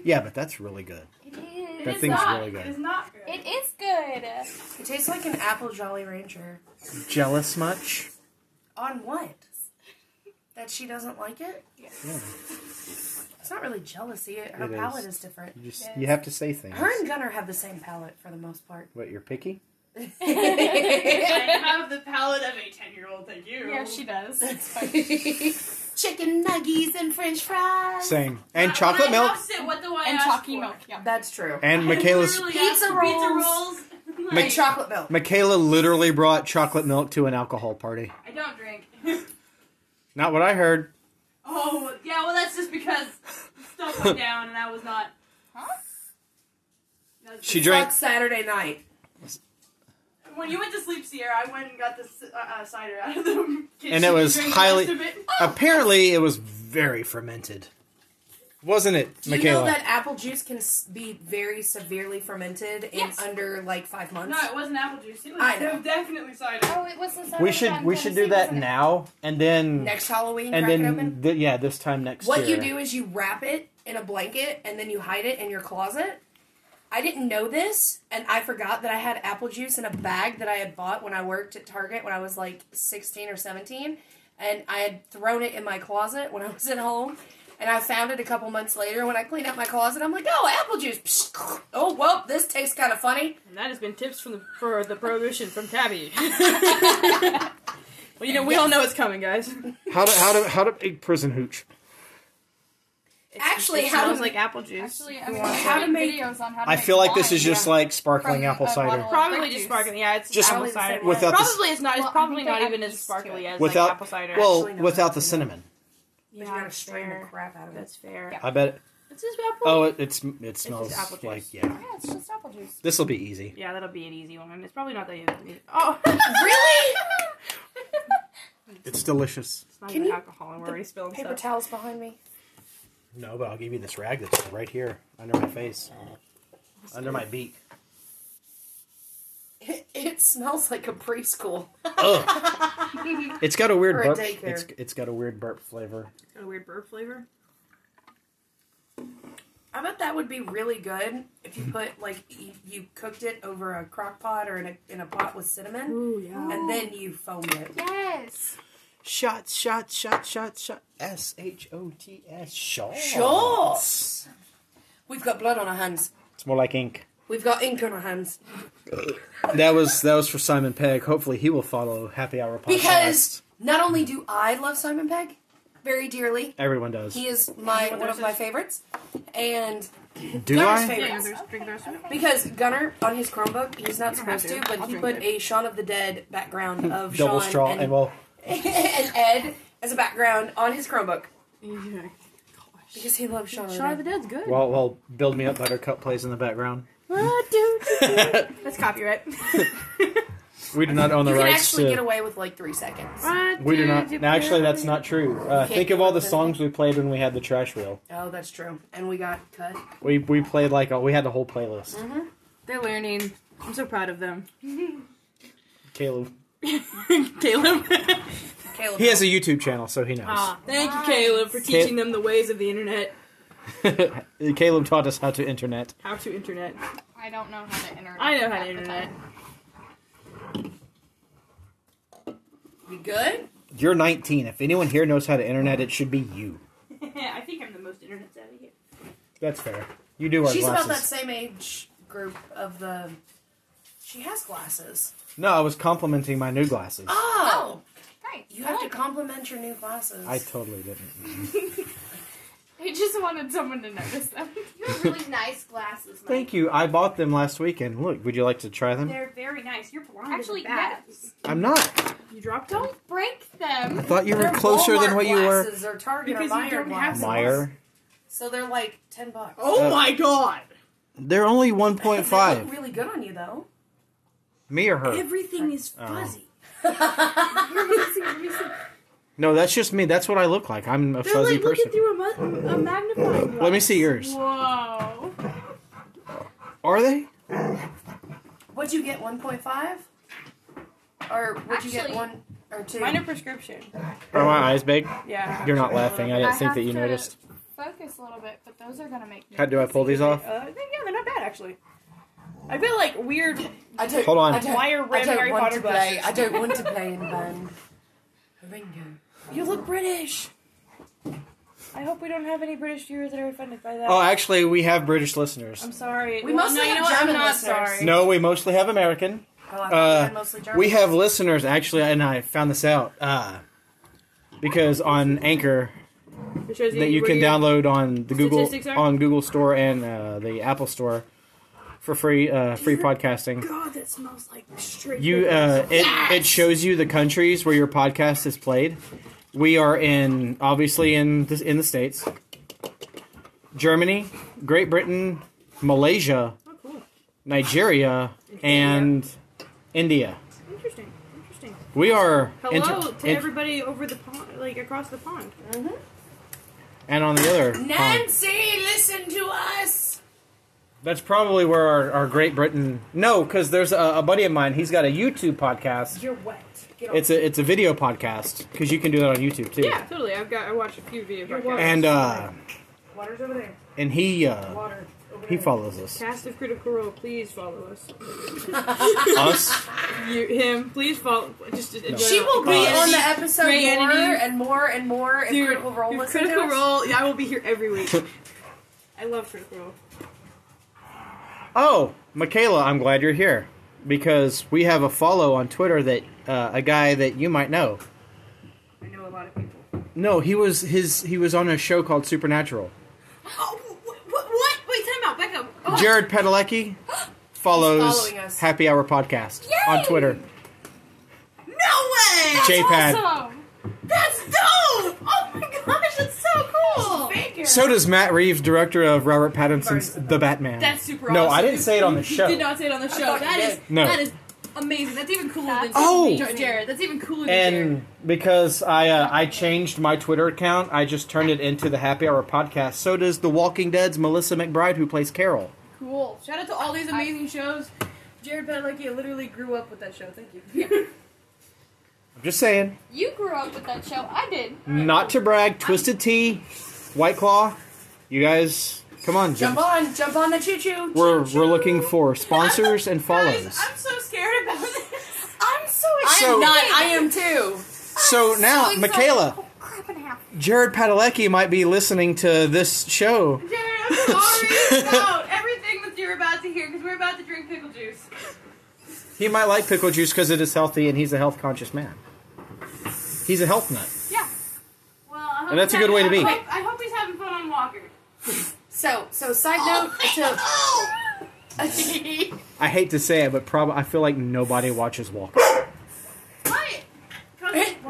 A: Yeah, but that's really good.
D: It
A: That
D: is
A: thing's
D: not.
A: really good.
C: It's not good.
D: It is good.
B: It tastes like an apple Jolly Rancher.
A: Jealous much?
B: On what? That she doesn't like it? It's not really jealousy. Her
A: It is.
B: palate is different.
A: You just you have to say things.
B: Her and Gunnar have the same palate for the most part.
A: What you're picky?
C: I have the palate of a ten-year-old. Thank you.
D: Yeah, she does.
B: Chicken nuggies and French fries.
A: Same. And chocolate milk.
C: What do I
D: and
C: ask
D: chalky
C: for?
D: milk. Yeah.
B: That's true.
A: And Michaela's
B: Pizza rolls.
C: Pizza rolls.
B: And chocolate milk.
A: Michaela literally brought chocolate milk to an alcohol party.
C: I don't drink.
A: Not what I heard.
C: oh, yeah. Well, that's just because stuff went down, and that was not.
D: Huh?
C: That's
A: She
C: just-
A: drank
B: Fuck Saturday night.
C: When you went to sleep, Sierra, I went and got the c- uh, uh, cider out of the kitchen.
A: And it was
C: drank
A: highly-
C: the rest of it.
A: Apparently, it was very fermented, wasn't it,
B: Do you
A: Michaela?
B: know that apple juice can s- be very severely fermented in
D: Yes.
B: under like five months?
C: No, it wasn't apple juice. It was
B: I know.
C: definitely cider.
D: Oh, it was the Saturday
A: we should
D: time
A: we should do
D: Tennessee,
A: that
D: wasn't it?
A: now, and then
B: Next Halloween,
A: and
B: crack it open.
A: then th- yeah, this time next
B: What
A: year.
B: you do is you wrap it in a blanket and then you hide it in your closet. I didn't know this, and I forgot that I had apple juice in a bag that I had bought when I worked at Target when I was like 16 or 17. And I had thrown it in my closet when I was at home.
E: And I found it a couple months later when I cleaned out my closet. I'm like, oh, apple juice. Psh, Oh, well, this tastes kind of funny.
C: And that has been tips from the, for the prohibition from Tabby. well, you know, we all know it's coming, guys.
A: How to how to how to make prison hooch?
E: Actually,
G: It
E: how
G: sounds
E: to-
G: like apple juice.
D: Actually, I'm how to make videos on how to
H: I
D: make
H: feel like this
D: wine.
H: is just
D: Yeah.
H: like sparkling
D: From
H: apple
D: a
H: cider.
D: bottle of
C: Probably
D: grape
C: just
D: juice.
C: sparkling. Yeah, it's
H: Just
C: apple cider.
H: without the
C: probably it's not. It's
D: Well, I
C: probably
D: think
C: not
D: they
C: even
D: add
C: as
D: yeast
C: sparkly
D: to it.
C: as
H: Without-
C: like, apple cider.
H: Well,
E: Actually, no,
H: without
E: that's
H: the
E: not.
H: cinnamon.
E: You
G: Yeah,
E: gotta
G: that's
E: strain the
G: fair.
E: crap out of it.
G: That's fair.
D: Yeah.
H: I bet.
C: It's just apple.
A: Oh, it, it's it smells
C: just apple juice.
A: like yeah.
D: Yeah, it's just apple juice.
A: This will be easy.
C: Yeah, that'll be an easy one. It's probably not that easy. Oh,
E: Really?
A: It's delicious.
C: it's not
E: Can
C: even
E: you-
C: alcohol. and We're already spilling
E: Paper
C: stuff.
E: towels behind me.
A: No, but I'll give you this rag that's right here under my face, under my beak.
E: It, it smells like a preschool.
A: Ugh. Oh, it's got a weird
E: Or a
A: burp.
E: daycare.
A: It's, it's got a weird burp flavor.
G: Got a weird burp flavor.
E: I bet that would be really good if you put like you, you cooked it over a crock pot or in a, in a pot with cinnamon
G: Ooh yeah.
E: and then you foamed it.
D: Yes.
A: Shots, shots, shots, shots, shots. S H O T S. Shots.
E: Shots. We've got blood on our hands.
A: It's more like ink.
E: We've got ink on our hands.
A: That was that was for Simon Pegg. Hopefully, he will follow Happy Hour podcast.
E: Because not only do I love Simon Pegg very dearly,
A: everyone does.
E: he is my one of my favorites, and
A: Do
E: Gunner's
A: I?
E: favorite.
G: Yeah, there's drink the rest of it.
E: Because Gunner on his Chromebook, he's not
G: don't have
E: supposed
G: to.
E: to, but
G: I'll
E: he
G: drink
E: put
G: it.
E: a Shaun of the Dead background of
A: Hmm. Double
E: Shaun
A: straw and,
E: and,
A: well,
E: and Ed as a background on his Chromebook
G: Yeah.
E: because he loves Shaun of the
C: Shaun of
E: Dead.
C: the Dead's good.
A: well, well, build me up. Buttercup plays in the background.
C: That's copyright.
A: We do not own the
E: You can
A: rights
E: actually get
A: to.
E: away with like three seconds.
A: We do not. No, actually, that's not true. Uh, think of all the songs we played when we had the trash reel.
E: Oh, that's true. And we got cut. Mm-hmm.
A: We we played like a, we had the whole playlist.
C: They're learning. I'm so proud of them.
A: Caleb.
C: Caleb.
E: Caleb.
A: He has a YouTube channel, so he knows.
C: Ah, thank you, Caleb, for teaching them the ways of the internet,
A: Caleb taught us how to internet.
C: how to internet.
D: I don't know how to internet.
C: I know how
D: half
C: to
D: the
C: internet.
D: time.
E: You good?
A: You're 19. If anyone here knows how to internet, it should be you.
C: I think I'm the most internet savvy here.
A: That's fair. You do wear
E: She's
A: glasses.
E: about that same age group of the. She has glasses.
A: No, I was complimenting my new glasses.
E: Oh,
D: Right.
E: you
D: I
E: have to
D: like
E: compliment your new glasses.
A: I totally didn't.
D: it. I just wanted someone to notice them.
B: You have really nice glasses. Mike.
A: Thank you. I bought them last weekend. Look, would you like to try them?
B: They're very nice. You're blind. Actually,
D: Actually,
B: bad.
D: yes.
A: I'm not.
C: You dropped them?
D: Don't break them.
A: I thought you were
E: They're
A: closer than
E: Walmart
A: what you were.
E: Glasses or Target
C: Because
E: or
C: you
E: Meijer
C: don't have
E: glasses.
C: them.
A: Meyer.
E: So they're like ten bucks.
C: Oh
A: Uh,
C: my god!
A: They're only
E: They
A: 1.5.
E: look really good on you though.
A: Me or her?
C: Everything is
A: Oh.
C: fuzzy.
E: I
A: No, that's just me. That's what I look like. I'm a
C: They're
A: fuzzy
C: like
A: person.
C: looking through a, mu- a magnifying glass.
A: Let me see yours.
C: Whoa.
A: Are they?
E: What'd you get? One point five? Or would you get
D: Actually-
E: one or two?
C: Mine are prescription.
A: Are my eyes big?
C: Yeah.
A: You're not laughing. I
D: I
A: didn't think
D: have
A: that you
D: to
A: noticed.
D: Focus a little bit, but those are gonna make me.
A: How do I pull these off?
C: Uh, they- yeah, they're not bad actually. I feel like weird
E: I don't,
A: Hold on.
E: I don't,
C: wire
E: I
C: rim
E: don't
C: Harry
E: want
C: Potter
E: to play.
C: glasses.
E: I don't want to play in band. Ringo. You look British.
C: I hope we don't have any British viewers that are offended by that.
A: Oh, actually, we have British listeners.
C: I'm sorry.
E: We
C: Well,
E: mostly
C: no, you
E: have
C: know what?
E: German
C: I'm not
E: listeners.
C: sorry.
A: No, we mostly have American.
E: Oh, I thought
A: Uh,
E: you had mostly German.
A: We have listeners actually, and I found this out uh, because on Anchor
C: It shows
A: that you
C: where
A: can
C: your
A: download on the Google
C: statistics are?
A: on Google Store and uh, the Apple Store for free uh, free podcasting.
G: God, that smells like straight.
A: You uh, it it shows you the countries where your podcast is played. We are in obviously in this, in the states, Germany, Great Britain, Malaysia,
C: Oh, cool.
A: Nigeria, and India.
C: Interesting. Interesting.
A: We are
C: Hello
A: inter-
C: to
A: in-
C: everybody over the pond, like across the pond.
A: and on the other. pond.
E: Nancy, listen to us.
A: That's probably where our, our Great Britain. No, because there's a, a buddy of mine. He's got a YouTube podcast.
E: You're wet. Get
A: It's a it's a video podcast because you can do that on YouTube too.
C: Yeah, totally. I've got. I watched a few videos.
A: And uh,
E: Water's over there.
A: and he uh,
E: Water over
A: He follows us.
C: Cast of Critical Role, please follow us.
A: Us?
C: You, him, please follow. Just, just
B: She will be
A: Us.
B: on the episode
C: Grey
B: more
C: Entity.
B: and more and more if
C: Dude,
B: Critical Role
C: if
B: listens
C: Critical
B: to us.
C: Role. Yeah, I will be here every week. I love Critical Role.
A: Oh, Michaela, I'm glad you're here because we have a follow on Twitter that uh, a guy that you might know.
C: I know a lot of people.
A: No, he was his. He was on a show called Supernatural.
C: Oh, what? what? Wait, time out. Back up. Oh,
A: Jared Padalecki follows
B: following us.
A: Happy Hour Podcast on Twitter.
I: No way!
A: JPad.
C: awesome.
I: That's dope! Oh my gosh, that's so cool!
A: So does Matt Reeves, director of Robert Pattinson's
B: Sorry.
A: The Batman.
C: That's super
A: No,
C: awesome.
A: I didn't say it on the
C: You
A: show.
C: did not say it on the show.
B: thought you
C: That is
A: No.
C: that is amazing. That's even cooler than
A: Oh!
C: Jar- Jared. That's even cooler than Jared.
A: And because I uh, I changed my Twitter account, I just turned it into the Happy Hour podcast. So does The Walking Dead's Melissa McBride, who plays Carol.
C: Cool. Shout out to all these amazing shows. Jared Padalecki literally grew up with that show. Thank you.
A: I'm just saying,
D: You grew up with that show. I did.
A: not to brag. Twisted Tea, White Claw, you guys, come on,
B: Jump
A: jump.
B: on, jump on the choo choo.
A: We're we're looking for sponsors and follows.
C: I'm so scared about this.
B: I'm so
A: So-
B: I'm not. I am too.
A: So Oh, now, Michaela,
D: Crap and a half.
A: Jared Padalecki might be listening to this show.
C: Jared, I'm sorry about everything that you're about to hear because we're about to drink pickle juice.
A: He might like pickle juice because it is healthy, and he's a health conscious man. He's a health nut.
C: Yeah. Well, I hope
A: And that's
C: he's
A: a good way to
C: having-
A: be.
C: I hope, I hope he's having fun on Walker.
B: So, so side note Oh, to.
A: I hate to say it, but probably I feel like nobody watches Walker.
C: What?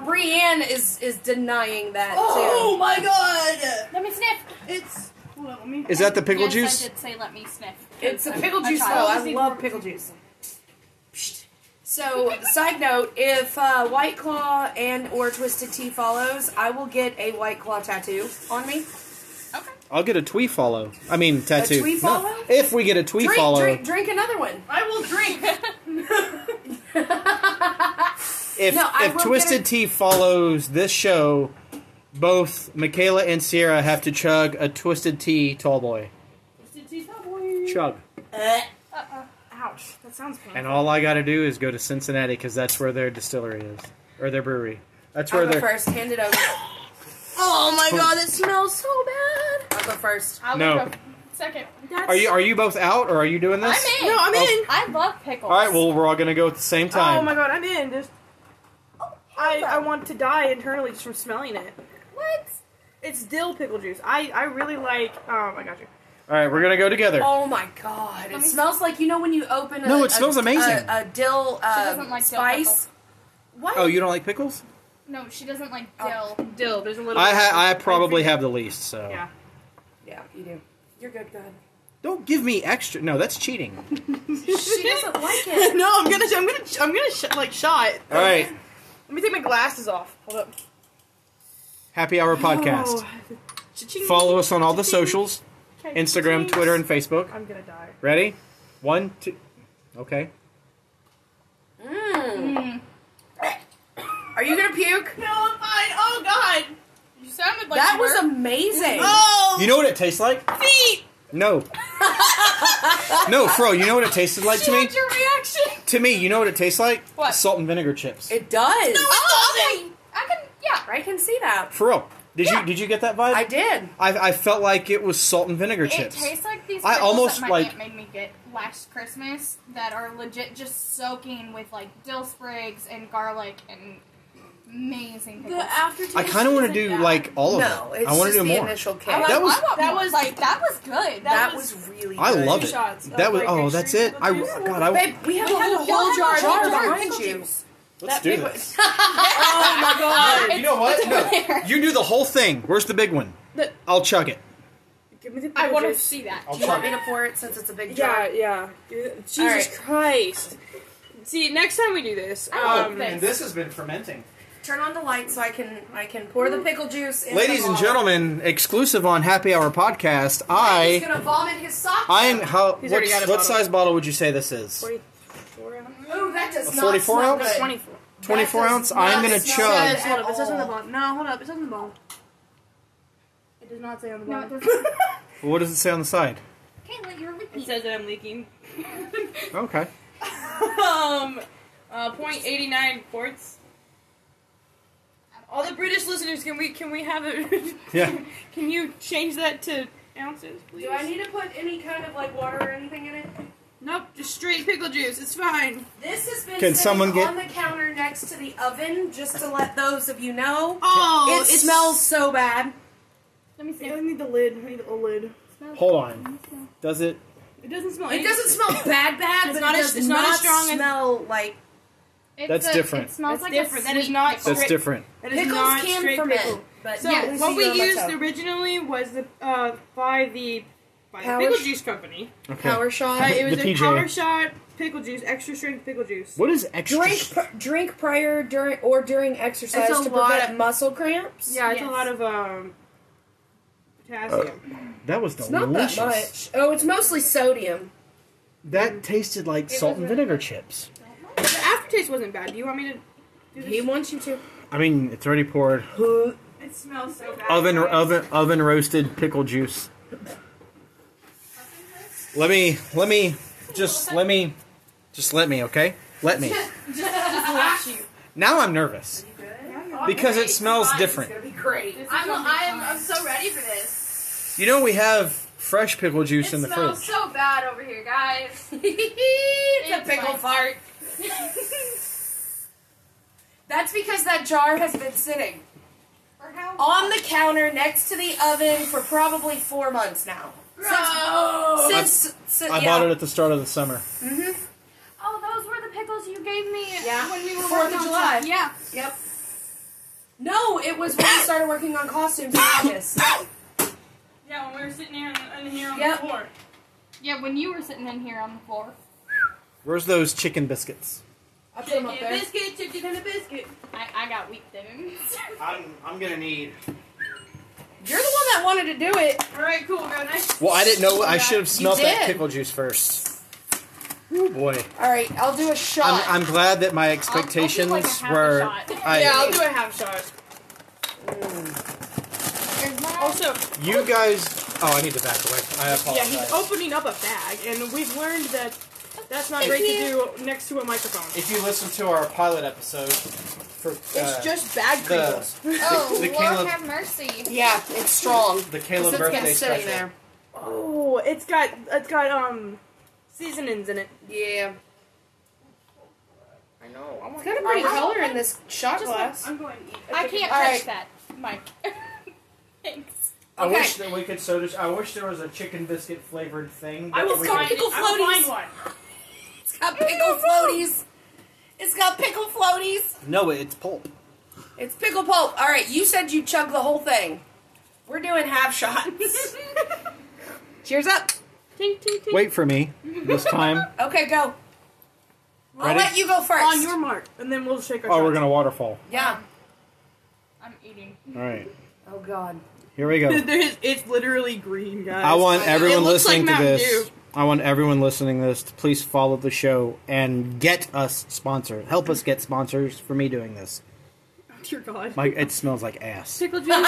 B: Brienne is is denying that
E: Oh,
B: too.
C: my god!
D: Let me sniff.
C: It's. Hold on, let me.
A: Is that the pickle
D: yes,
A: juice?
D: I did say let me sniff.
B: It's a pickle
D: My
B: juice though.
D: child.
B: I love pickle juice. Psht. So, side note: if uh, White Claw and or Twisted Tea follows, I will get a White Claw tattoo on me.
A: I'll get a twee follow. I mean tattoo.
B: twee
A: No.
B: follow?
A: If we get a twee
B: Drink,
A: follow,
B: drink, drink another one.
C: I will drink.
A: if
B: No, I will
A: if
B: get
A: Twisted
B: a-
A: Tea follows this show, both Michaela and Sierra have to chug a Twisted Tea tall boy. Chug.
E: Ouch. That sounds fun.
A: And all I got to do is go to Cincinnati because that's where their distillery is or their brewery. That's
B: I'll
A: where
B: go
A: their
B: first. Hand it over.
I: Oh my god, it smells so bad!
B: I'll go first.
D: I will
A: No.
D: go Second.
A: Are you are you both out or are you doing this?
D: I'm in.
E: No, I'm in.
D: I love pickles.
A: All right, well we're all gonna go at the same time.
E: Oh my god, I'm in. Just, I, I want to die internally just from smelling it.
D: What?
E: It's dill pickle juice. I, I really like. Um, I got you.
A: All right, we're gonna go together.
B: Oh my god! It
D: me-
B: smells like you know when you open. A,
A: No, it
B: a-
A: smells amazing.
B: A, a dill uh,
D: doesn't like dill
B: spice. what?
A: Oh, you don't like pickles?
D: No, she doesn't like
B: Oh.
D: dill.
C: Dill, there's a little.
A: I ha- I probably have the least. So
E: Yeah.
B: Yeah, you do. You're good. Go ahead.
A: don't give me extra. No, that's cheating.
B: She doesn't like it.
E: no, I'm gonna, I'm gonna, I'm gonna sh- like shot.
A: All right,
E: Let me take my glasses off. Hold up.
A: happy hour podcast.
E: Cha-ching.
A: Follow us on all the socials:
E: Okay.
A: Instagram,
E: Cha-ching.
A: Twitter, and Facebook.
E: I'm gonna die.
A: Ready? One, two. Okay.
B: Are you gonna puke?
E: No, I'm fine. Oh god.
D: You sounded like
B: That
D: you
B: was
D: were.
B: amazing.
E: Oh.
A: You know what it tastes like?
E: feet.
A: No. no, Fro. You know what it tasted like to me?
D: your reaction.
A: To me, you know what it tastes like?
D: What?
A: Salt and vinegar chips.
B: It does.
D: Oh, okay. I can. Yeah.
B: I can see that.
A: For real. Did you did you get that vibe?
B: I did.
A: I, I felt like it was salt and vinegar chips.
D: It tastes like these
A: I
D: pickles
A: almost,
D: that my
A: like-
D: aunt made me get last Christmas that are legit just soaking with like dill sprigs and garlic and amazing pickles.
E: aftertaste.
A: I kind of want to
E: isn't
A: do
E: bad.
A: like all of
B: No,
A: it.
B: it's
A: I want
B: just
A: to do
B: the
A: more.
B: initial kick.
D: I want-
A: that was-
D: I want
E: that
D: more.
E: was-
D: like that was good. That,
B: that
D: was,
B: was, really.
A: I
B: good.
A: love
E: Two
A: it.
E: shots of
A: That was
E: grape
A: oh,
E: juice.
A: that's it. I
E: Pickle
A: God, I
B: Babe, we have a whole, jar,
D: have a whole jar of
B: behind
D: pickle
B: you.
A: let's
B: That
A: do
B: big
A: this.
B: Oh my god.
A: You know what? No,
D: there.
A: you do the whole thing. Where's the big one?
E: The-
A: I'll chug it.
E: Give me the
D: I want to
E: pictures.
D: see that.
A: I'll
B: Do you want
A: chug
B: me
A: it.
B: to pour it since it's a big
E: Yeah,
B: jar?
E: yeah. Jesus
B: right.
E: Christ. See, next time we do this,
D: I
E: um,
D: love this.
A: Oh, this has been fermenting.
B: Turn on the light so I can I can pour the pickle juice. In
A: Ladies
B: the
A: and
B: bowl.
A: gentlemen, exclusive on Happy Hour Podcast.
B: He's
A: I
B: gonna vomit his socks.
A: I am how
E: He's
A: what,
E: already got a
A: what
E: bottle.
A: size bottle would you say this is?
E: Forty-four ounce.
B: Ooh, that does
A: A
B: not
A: 44
B: smell
A: ounce?
B: good.
E: 24.
A: Twenty four
B: That
A: ounce.
B: does
A: I'm
B: not
A: gonna
B: smell
A: chug.
B: good.
C: Hold up, it says on the
B: all.
C: bottom. No, hold up, it says on the bottom. It does not say on the
D: No,
C: bottom.
D: it doesn't.
A: What does it say on the side?
D: Caitlin, you're
B: It says that I'm leaking.
A: Okay.
B: um, uh, 0.89 quarts. All the British listeners, can we can we have it?
A: Yeah.
B: Can you change that to ounces, please?
E: Do I need to put any kind of like water or anything in it?
B: Nope, just straight pickle juice. It's fine.
E: This has been
A: Can
E: sitting
A: someone get-
E: on the counter next to the oven, just to let those of you know.
B: Oh,
E: it smells so bad.
D: Let me see.
C: I need the lid. I need a lid.
A: Hold on. Does it?
B: It doesn't smell.
E: It doesn't smell bad, bad, but
B: not
E: it
B: as-
E: does
B: it's
E: not,
B: not as strong as-
E: smell like
D: It's
A: That's
D: a-
A: different.
D: It smells
B: That's
D: like
B: different.
D: A
B: That is
D: sweet
B: not
D: pickle.
A: That's different.
B: That is
E: pickles
B: not
E: can
B: straight
E: ferment.
B: pickle.
E: But
B: So
E: yeah,
B: what we
E: zero
B: used
E: lactose.
B: originally was the uh, by the by the
E: Power
B: pickle
E: sh-
B: juice company.
A: Okay.
E: power shot.
B: Uh, it was
A: The
B: a
A: PJ.
B: power shot pickle juice, extra strength pickle juice.
A: What is extra?
E: Drink pr- drink prior during or during exercise
B: It's a
E: to
B: lot
E: prevent
B: of-
E: muscle cramps.
B: Yeah, it's
D: Yes.
B: a lot of um,
A: Uh,
B: potassium.
A: that was
E: it's not
A: delicious.
E: that much. Oh, it's mostly sodium.
A: That tasted like
B: It
A: salt and
B: was really
A: vinegar
B: good.
A: chips.
B: the aftertaste wasn't bad. Do you want me to? Do this?
E: He wants you to.
A: I mean, it's already poured.
B: It smells so bad.
A: Oven,
B: guys.
A: oven, oven roasted pickle juice. Let me, let me, just let me, just let me, okay? Let me. Now I'm nervous because it smells different.
E: It'll be great.
B: This is
J: I'm,
B: gonna be
J: I'm,
B: fine.
J: I'm so ready for this.
A: You know we have fresh pickle juice in the
J: it smells
A: fridge.
J: so bad over here, guys.
E: it's a pickle fart. That's because that jar has been sitting
J: For how
E: on the counter next to the oven for probably four months now.
J: Gross.
E: Since, since
A: I
E: yeah.
A: bought it at the start of the summer.
J: Oh, those were the pickles you gave me
E: Yeah.
J: when we were
E: Fourth
J: working
E: of
J: on
E: July.
J: something. Yeah.
E: Yep. No, it was when we started working on costumes in August.
B: Yeah, when we were sitting here on, in here on
E: Yep.
B: the floor.
D: Yeah, when you were sitting in here on the floor.
A: Where's those chicken biscuits?
E: I put
B: Chicken
E: them up there.
B: biscuit, chicken and a biscuit.
D: I, I got weak thins.
A: I'm, I'm gonna need.
E: You're the one that wanted to do it.
B: All right, cool, guys. Nice.
A: Well, I didn't know. I
B: Yeah,
A: should have smelled that
E: did.
A: pickle juice first. Oh boy!
E: All right, I'll do a shot.
A: I'm, I'm glad that my
D: I'll- I'll do, like, a
A: expectations
D: half a
A: were.
D: shot.
A: I,
B: yeah, I'll do a half shot.
D: There's one-
B: Also,
A: You guys. Oh, I need to back away. I
B: yeah,
A: apologize.
B: he's
C: Oh.
B: opening up a bag, and we've learned that that's not great to do next to a microphone.
A: if you listen to our pilot episode for uh,
B: it's just bag
A: the-
B: pickles.
D: Oh,
A: the
D: Lord
A: Caleb-
D: have mercy.
E: yeah, it's strong.
A: the
E: Since
A: Caleb
E: it's been
A: birthday
E: sitting
A: special.
E: there.
C: Oh, it's got it's got um seasonings in it.
E: Yeah.
B: I know.
E: It's got a pretty
D: Alright.
E: color in this shot
B: Just
E: glass.
B: I'm going to eat.
D: I can't
E: All
D: touch
E: right.
D: that, Mike. Thanks.
A: I
E: Okay.
A: wish that we could soda. I wish there was a chicken biscuit flavored thing.
B: I
A: that
B: will
A: we
B: find
A: could-
E: pickle
B: it. I will
E: floaties.
B: find one.
E: It's got pickle floaties. It's got pickle floaties.
A: No, it's pulp.
E: It's pickle pulp. All right, you said you chug the whole thing. We're doing half shots. Cheers up.
B: Tink, tink, tink.
A: Wait for me this time.
E: Okay, go. I'll
A: Ready?
E: let you go first.
C: On your mark, and then we'll shake our.
A: Oh,
C: shots.
A: we're gonna waterfall.
E: yeah.
D: I'm eating.
A: All right,
E: Oh God.
A: here we go.
C: There's- it's literally green, guys.
A: I want everyone
C: looks like
A: listening to
C: Mountain
A: this.
C: Dew.
A: I want everyone listening to this to please follow the show and get us sponsors. Help us get sponsors for me doing this.
C: Dear God.
A: Like it smells like ass.
B: Pickle juice.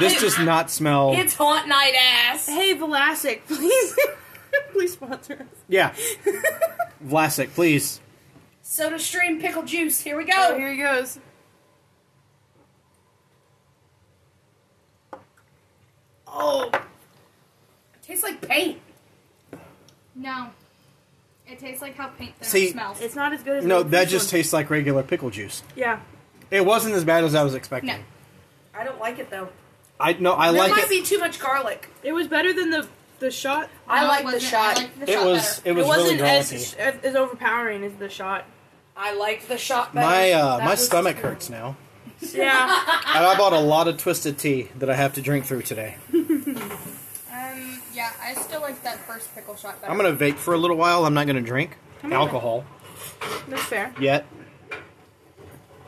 A: This does not smell.
E: It's haunt night ass.
C: Hey, Velasic, please, please sponsor us.
A: yeah, Vlasic, please.
E: Soda stream pickle juice. Here we
C: Oh,
E: go.
C: here he goes. Oh,
E: tastes like paint.
D: No. It tastes like how paint thinner
A: See,
D: smells.
C: it's not as good as
A: No,
C: the
A: that
C: first
A: just
C: one.
A: tastes like regular pickle juice.
C: yeah.
A: It wasn't as bad as I was expecting.
D: No.
E: I don't like it though.
A: I no, I
E: There
A: like
E: might
A: it.
E: be too much garlic.
C: It was better than the the shot.
E: I
D: No, it
E: like the
D: wasn't.
E: shot.
D: I liked the
A: It
D: shot
A: was,
D: better.
A: it was really
C: wasn't as,
A: garlicky.
C: as as overpowering as the shot.
E: I liked the shot better.
A: My uh,
E: That
A: my
E: was-
A: stomach hurts now.
C: Yeah.
A: And I bought a lot of twisted tea that I have to drink through today.
D: Um, yeah, I still like that first pickle shot better.
A: I'm gonna vape for a little while. I'm not gonna drink
C: Come on.
A: alcohol
C: That's fair.
A: yet.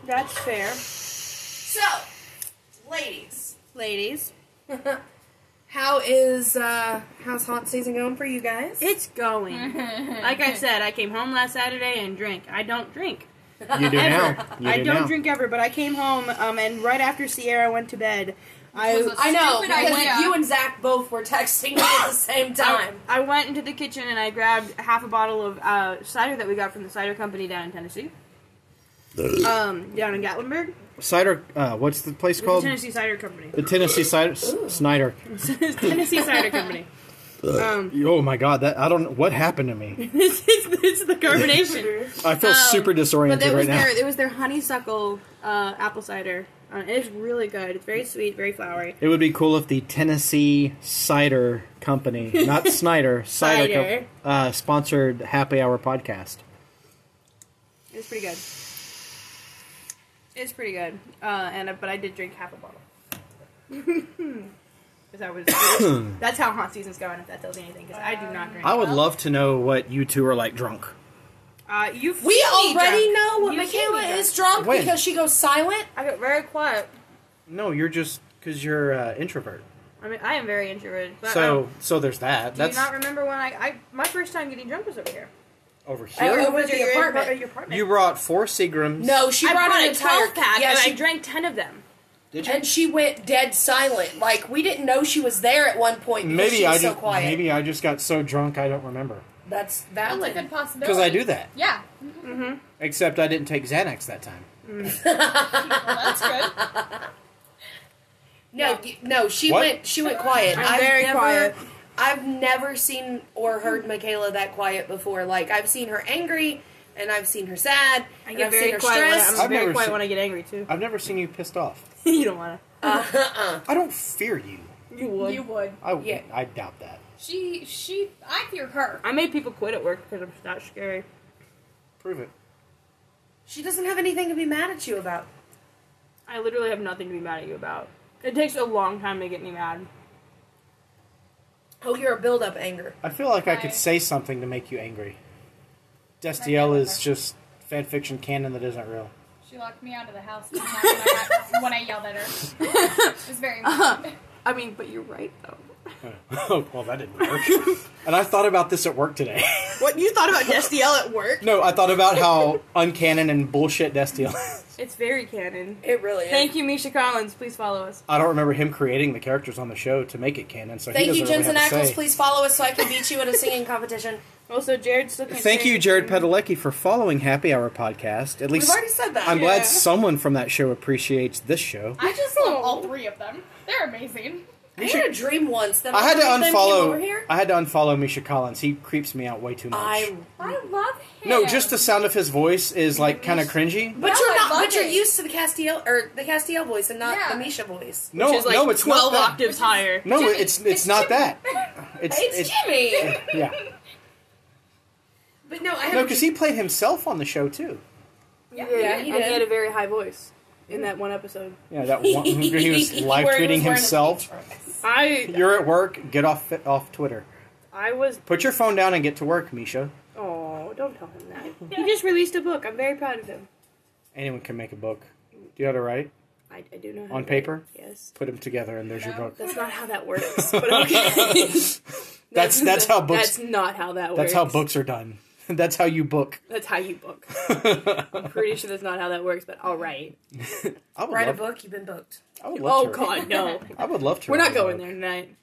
C: That's fair.
E: So, ladies,
C: Ladies.
E: how is uh how's haunt season going for you guys?
C: It's going. Like I said, I came home last Saturday and drank. I don't drink.
A: You do
C: Ever.
A: now. You
C: I
A: do
C: don't
A: now.
C: drink ever, but I came home um, and right after Sierra went to bed,
D: was a
J: I,
E: I know
D: stupid
E: because
D: idea.
E: you and Zach both were texting me at the same
C: Oh.
E: time.
C: I went into the kitchen and I grabbed half a bottle of uh, cider that we got from the cider company down in Tennessee. um, down in Gatlinburg,
A: Cider. Uh, what's the place
C: It's the
A: called?
C: Tennessee Cider Company.
A: The Tennessee Cider S- Snyder.
C: Tennessee Cider Company. Um,
A: Oh my god, that I don't know what happened to me.
C: it's, it's, it's the carbonation.
A: I feel
C: Um,
A: super
C: but
A: disoriented
C: that was
A: right now.
C: their it was their honeysuckle uh, apple cider. Uh, it is really good. It's very sweet, very flowery.
A: It would be cool if the Tennessee Cider Company, not Snyder, Cider, Co-
C: Cider.
A: uh, sponsored Happy Hour podcast.
C: It's pretty good. It's pretty good. Uh, and uh, but I did drink half a bottle. 'Cause I was- that's how haunt season's going. If that tells you anything, because I do not drink.
A: I would love to know what you two are like drunk.
C: Uh, you've
E: We
C: seen me
E: already
C: drunk.
E: know what
C: You see
E: Michaela
C: me drunk.
E: is drunk
A: When?
E: because she goes silent.
C: I got very quiet.
A: No, you're just because you're uh, introvert.
C: I mean, I am very introverted. But
A: so,
C: um,
A: so there's that.
C: do
A: That's
C: you not remember when I, I my first time getting drunk was over here?
A: over
E: I
A: here.
E: over
C: Was
E: the
C: your- your-
E: apartment.
C: Your apartment.
A: You brought four Seagrams.
E: No, she
C: I
E: brought,
C: brought
E: an
C: a
E: entire
C: twelve pack
E: Yeah,
C: and
E: she
C: I drank ten of them.
A: did you?
E: and she went dead silent. Like we didn't know she was there at one point. Because
A: maybe
E: she was
A: I
E: so
A: just
E: quiet.
A: maybe I just got so drunk I don't remember
E: that's
D: That's a
E: valid.
D: good possibility.
A: because I do that.
D: Yeah.
A: Except I didn't take Xanax that time.
D: Well, that's good.
E: No, y- no, she
A: What?
E: went. She went quiet.
C: I'm
E: have
C: very
E: never,
C: quiet.
E: I've never seen or heard Michaela that quiet before. Like I've seen her angry, and I've seen her sad,
C: I
E: and
C: get
E: I've seen
C: very
E: her
C: quiet. When I,
E: stressed.
C: I'm
A: I've
C: very
A: never
C: quiet
A: seen-
C: when I get angry too.
A: I've never seen you pissed off.
C: you don't want
E: Uh, uh-uh.
A: I don't fear you.
C: to. You would.
D: You would.
A: I
E: Yeah.
A: I doubt that.
D: She, she, I fear her.
C: I made people quit at work because I'm not scary.
A: Prove it.
E: She doesn't have anything to be mad at you about.
C: I literally have nothing to be mad at you about. It takes a long time to get me mad.
E: Oh, you're a build-up anger.
A: I feel like I
D: Hi.
A: could say something to make you angry.
D: My
A: Destiel is
D: grandmother.
A: just fan fiction canon that isn't real.
D: She locked me out of the house when I, when I yelled at her. It was very mean.
C: I mean, but you're right though.
A: Oh, well, that didn't work. and I thought about this at work today.
C: What you thought about Destiel at work?
A: no, I thought about how uncanon and bullshit Destiel is.
C: It's very canon.
E: It really is.
C: Thank you, Misha Collins. Please follow us.
A: I don't remember him creating the characters on the show to make it canon, so
E: Thank
A: he
E: you,
A: doesn't
E: Jensen
A: really have to
E: Ackles.
A: say.
E: Please follow us so I can beat you at a singing competition.
C: Also, Jared still can't
A: Thank
C: say
A: you, Jared
C: anything.
A: Padalecki, for following Happy Hour podcast. At
E: We've
A: least
E: already said that.
A: I'm
C: Yeah.
A: glad someone from that show appreciates this show.
D: I just love all three of them. They're amazing.
E: I had a dream once that
A: I had to
E: one of them came Over
A: unfollow.
E: here.
A: I had to unfollow Misha Collins. He creeps me out way too much.
E: I.
D: I love him.
A: No, just the sound of his voice is like kind of cringy.
E: But
D: No,
E: you're
D: I
E: not.
D: love
E: But you're
D: it.
E: used to the Castiel or the Castiel voice and not
D: Yeah.
E: the Misha voice.
A: No,
C: Which is like
A: no, it's
C: twelve
A: not that.
C: octaves higher.
A: No,
D: Jimmy.
A: it's it's,
D: It's
A: not
D: Jimmy.
A: that. It's,
E: It's, Jimmy.
A: yeah.
E: but no, I
A: No,
E: have.
A: because he played himself on the show too.
C: Yeah,
E: Yeah, he
C: and
E: did.
C: he had a very high voice in that one episode.
A: Yeah, that one he was live
E: Where he
A: tweeting
E: was wearing a
A: himself.
C: I
A: You're at work. Get off off Twitter.
C: I was.
A: Put your phone down and get to work, Misha.
C: Oh, don't tell him that. He just released a book. I'm very proud of him.
A: Anyone can make a book. Do you know how to write?
C: I, I do know. How
A: On
C: to
A: paper?
C: write. Yes.
A: Put them together, and there's your book.
C: That's not how that works. But okay.
A: That's that's how
C: That's
A: books.
C: not how that works.
A: That's how books are done. That's how you book.
C: That's how you book.
A: I
C: I'm pretty sure that's not how that works, but all right.
A: would
E: Write a
A: love.
E: book. You've been booked.
A: I would love
C: Oh
A: to.
C: god, no.
A: I would love to.
C: We're not
A: write a
C: going
A: book.
C: there tonight.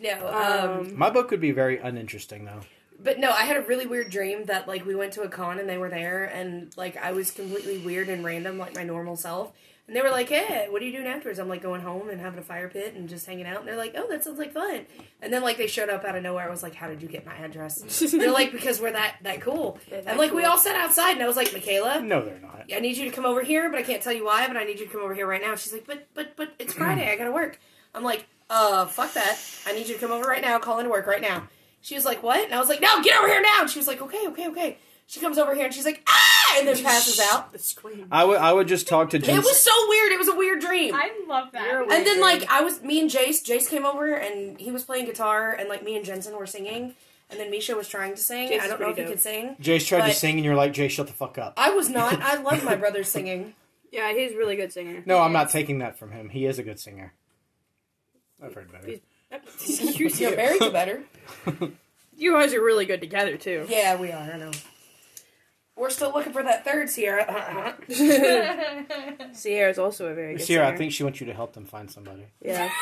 E: No. Um,
C: Um,
A: My book would be very uninteresting, though.
E: But no, I had a really weird dream that like we went to a con and they were there and like I was completely weird and random like my normal self. And they were like, "Hey, what are you doing afterwards?" I'm like going home and having a fire pit and just hanging out. And they're like, "Oh, that sounds like fun." And then like they showed up out of nowhere. I was like, "How did you get my address?" they're like, "Because we're that that cool."
C: They're that
E: and like we
C: cool.
E: all sat outside and I was like, "Michaela,
A: No, they're not.
E: I need you to come over here, but I can't tell you why, but I need you to come over here right now." And she's like, "But but but it's Friday. I got to work." I'm like, "Uh, fuck that. I need you to come over right now. Call in to work right now." She was like, "What?" And I was like, "No, get over here now." And she was like, "Okay, okay, okay." She comes over here and she's like, "Ah!" and then passes out.
C: The scream.
A: I would. I would just talk to
E: It
A: Jensen.
E: was so weird. It was a weird dream.
D: I love that.
C: You're a
E: And then like I was me and Jace, Jace came over and he was playing guitar and like me and Jensen were singing and then Misha was trying to sing.
C: Jace
E: I
C: is
E: don't know if
C: pretty dope.
E: he could sing.
A: Jace tried to
E: But-
A: sing, and you're like, Jace, shut the fuck
C: Oh,
A: up.
E: I was not. I love my brother singing.
C: Yeah, he's a really good singer.
A: No, I'm not taking that from him. He is a good singer. I've heard better.
C: Excuse
E: You're married to better.
C: You guys are really good together too.
E: Yeah, we are. I know. We're still looking for that third Sierra.
C: Sierra is also a very good
A: Sierra, I
C: singer.
A: think she wants you to help them find somebody
C: Yeah.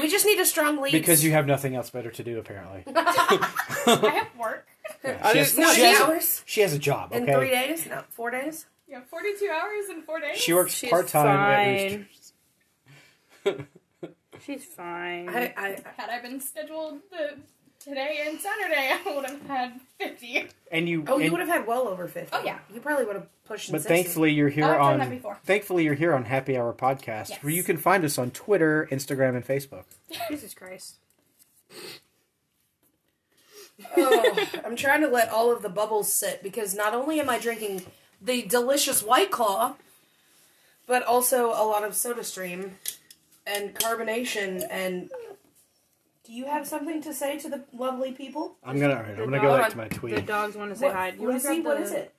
E: we just need a strong lead.
A: because you have nothing else better to do. Apparently,
D: I have work.
A: Yeah, she, has,
E: no,
A: she,
E: eight
A: has a,
E: hours
A: she has a job.
E: in three
A: Okay,
E: days. No, four days.
D: Yeah, 42 hours in four days.
A: she works
C: She's
A: part time.
C: fine. She's fine.
E: I, I,
D: Had I been scheduled the, today and Saturday, I would have had 50.
A: And you,
E: oh, you
A: and-
E: would have had well over fifty.
D: Oh, yeah.
E: you probably would have pushed.
A: but
E: 60.
A: thankfully you're here
D: Oh, I've done that
A: on.
D: before.
A: Thankfully you're here on Happy Hour Podcast,
D: Yes.
A: where you can find us on Twitter, Instagram, and Facebook.
C: Jesus Christ.
E: oh, I'm trying to let all of the bubbles sit because not only am I drinking the delicious White Claw, but also a lot of Soda Stream and carbonation. And do you have something to say to the lovely people?
A: I'm gonna, all right, I'm gonna
C: The
A: go
C: dog-
A: back to my
C: The
A: tweet
C: dogs want to say
E: What,
C: hi. Do you want to
E: Lizzie,
C: grab
E: what
C: the
E: is it?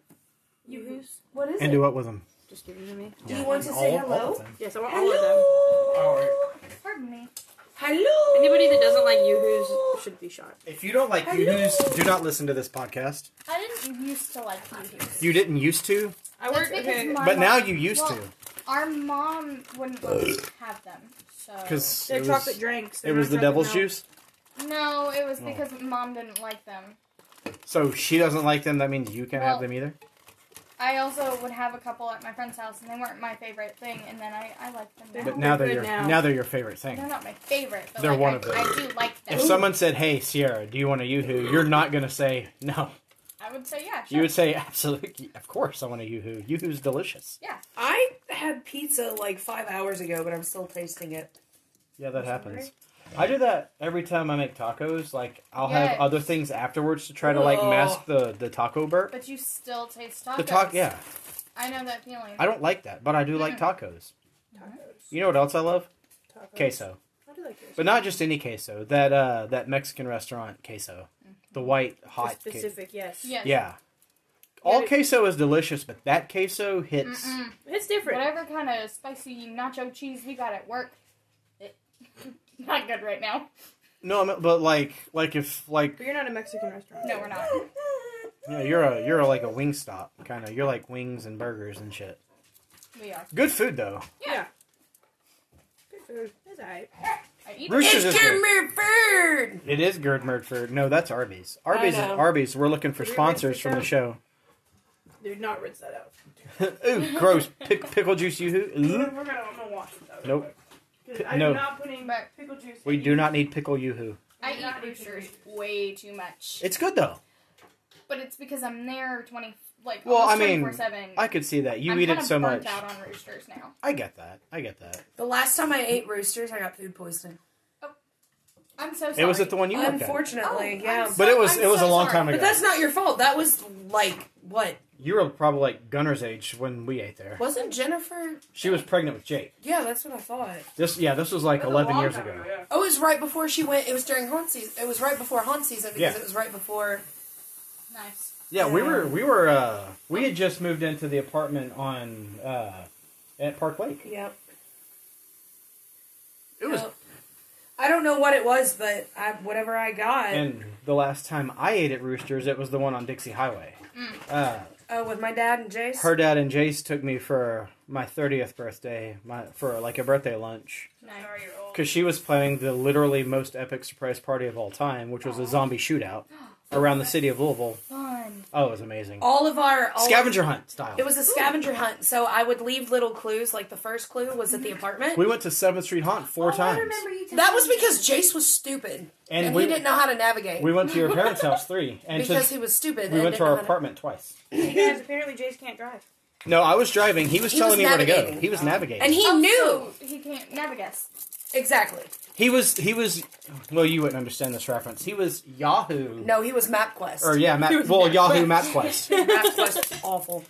C: You who's
E: What is
A: and
E: it?
A: do what with them.
C: just giving to me?
E: Do you want to
A: All-
E: say
A: all
E: hello?
A: of them.
C: Yes, I want all of them.
E: Hello.
D: Pardon me.
E: Hello.
C: Anybody that doesn't like yoo-hoos should be shot.
A: If you don't like Yoo-Hoos, do not listen to this podcast.
D: I didn't used to like you.
A: You didn't used to,
C: I work.
D: because
C: Okay.
D: my
A: but
D: mom-
A: now you used
D: well,
A: to
D: Our mom wouldn't let us have them. So
A: because
C: They're chocolate drinks. They're
A: It
C: not
A: was the
C: chocolate
A: devil's
C: milk.
A: juice.
D: no, it
A: Oh.
D: was because mom didn't like them.
A: So she doesn't like them. That means you can't have
D: Well-
A: them either.
D: I also would have a couple at my friend's house, and they weren't my favorite thing. And then I, I like them. Now.
A: But now they're
C: good
A: your
C: now.
A: now they're your favorite thing.
D: They're not my favorite, but
A: They're
D: like,
A: one
D: I,
A: of them.
D: I do like them.
A: If someone said, "Hey, Sierra, do you want a yoo-hoo?" You're not gonna say no.
D: I would say yeah. Sure.
A: You would say, "Absolutely, of course, I want a yoo-hoo. Yoo-hoo's delicious."
E: I had pizza like five hours ago, but I'm still tasting it.
A: Yeah, that happens. I do that every time I make tacos. Like I'll have
D: Yes.
A: other things afterwards to try to like
E: Oh.
A: mask the the taco burp.
D: But you still taste tacos.
A: The taco, yeah.
D: I know that feeling.
A: I don't like that, but I do like tacos. You know what else I love? Queso.
E: I do like this.
A: But not just any queso. That uh that Mexican restaurant queso. The white
C: The
A: hot queso.
C: specific, yes.
D: Yes.
A: Yeah. All
C: Yeah, it-
A: queso is delicious, but that queso hits
D: Mm-mm.
C: It's different.
D: Whatever kind of spicy nacho cheese we got at work, it, not good right now.
A: No, I mean, but like like if like
C: But you're not a Mexican restaurant.
D: No, we're not.
A: you know, you're a you're like a wing stop kind of. You're like wings and burgers and shit.
D: We are.
A: Good food though.
C: Good food. It's alright.
D: I eat it.
A: Roosters is good.
E: Bird.
A: It is Gerd Murtford. No, that's Arby's. Arby's is
E: know.
A: Arby's. We're looking for
C: Did we
A: sponsors
C: rinse it
A: from the
C: out?
A: show.
C: Dude, not rinse that out.
A: Ooh, gross. Pick, pickle juice you
B: We're
A: hoo.
B: gonna, I'm gonna wash it though.
A: Mm-hmm. Nope.
B: Because I'm
A: No.
B: not putting
D: But-
B: pickle juice.
A: We
B: in
A: do not need pickle yoo-hoo.
D: I eat roosters way too much.
A: It's good though.
D: But it's because I'm there twenty like
A: Well,
D: almost
A: I mean,
D: 24/7.
A: I could see that. You
D: I'm
A: eat
D: kinda
A: it so
D: burnt
A: much.
D: out on roosters now.
A: I get that. I get that.
E: The last time I ate roosters, I got food poisoning.
D: I'm so sorry.
A: It was at the one you worked at.
E: Unfortunately,
D: Oh,
E: yeah.
D: I'm
A: But it was
D: I'm
A: it was
D: so
A: a long
D: sorry.
A: time ago.
E: But that's not your fault. That was like what?
A: You were probably like Gunner's age when we ate there.
E: Wasn't Jennifer?
A: She was pregnant with Jake.
E: Yeah, that's what I thought.
A: This yeah, this was like
B: That's a
A: eleven
B: long
A: years
B: time
A: ago.
B: yeah.
E: Oh, it was right before she went. It was during haunt season. It was right before haunt season because
A: Yeah.
E: it was right before.
D: Nice.
A: Yeah, we
E: Yeah.
A: were we were uh we had just moved into the apartment on uh at Park Lake.
E: Yep.
A: It was
E: Yep. I don't know what it was, but I, whatever I got,
A: and the last time I ate at Roosters it was the one on Dixie Highway. Uh
E: uh, with my dad and Jace.
A: her dad and Jace took me for my 30th birthday, my for like a birthday lunch
D: Nice.
B: Sorry, you're old.
A: cuz she was planning the literally most epic surprise party of all time, which was a zombie shootout around the city of Louisville.
D: Fun.
A: Oh, it was amazing.
E: all of our all
A: Scavenger hunt style.
E: It was a scavenger hunt, so I would leave little clues. Like the first clue was at the apartment.
A: We went to 7th Street Haunt
D: Oh,
E: Oh,
A: four times.
E: that was because Jace was stupid
A: And
E: and,
A: we-
E: he didn't know how to navigate
A: We went to your parents' house three, and to,
E: because he was stupid.
A: we
E: and
A: went to
E: didn't
A: our
E: know how to-
A: apartment twice.
C: Guys, apparently Jace can't drive.
A: No, I was driving. He was
E: He
A: telling
E: was
A: me where to go.
E: navigating.
A: He was navigating.
E: and he
D: Oh,
E: knew
D: so he can't navigate.
E: exactly.
A: he was he was. Well, you wouldn't understand this reference. He was Yahoo.
E: No, he was MapQuest.
A: Or yeah, Map, well Yahoo MapQuest.
E: MapQuest was awful,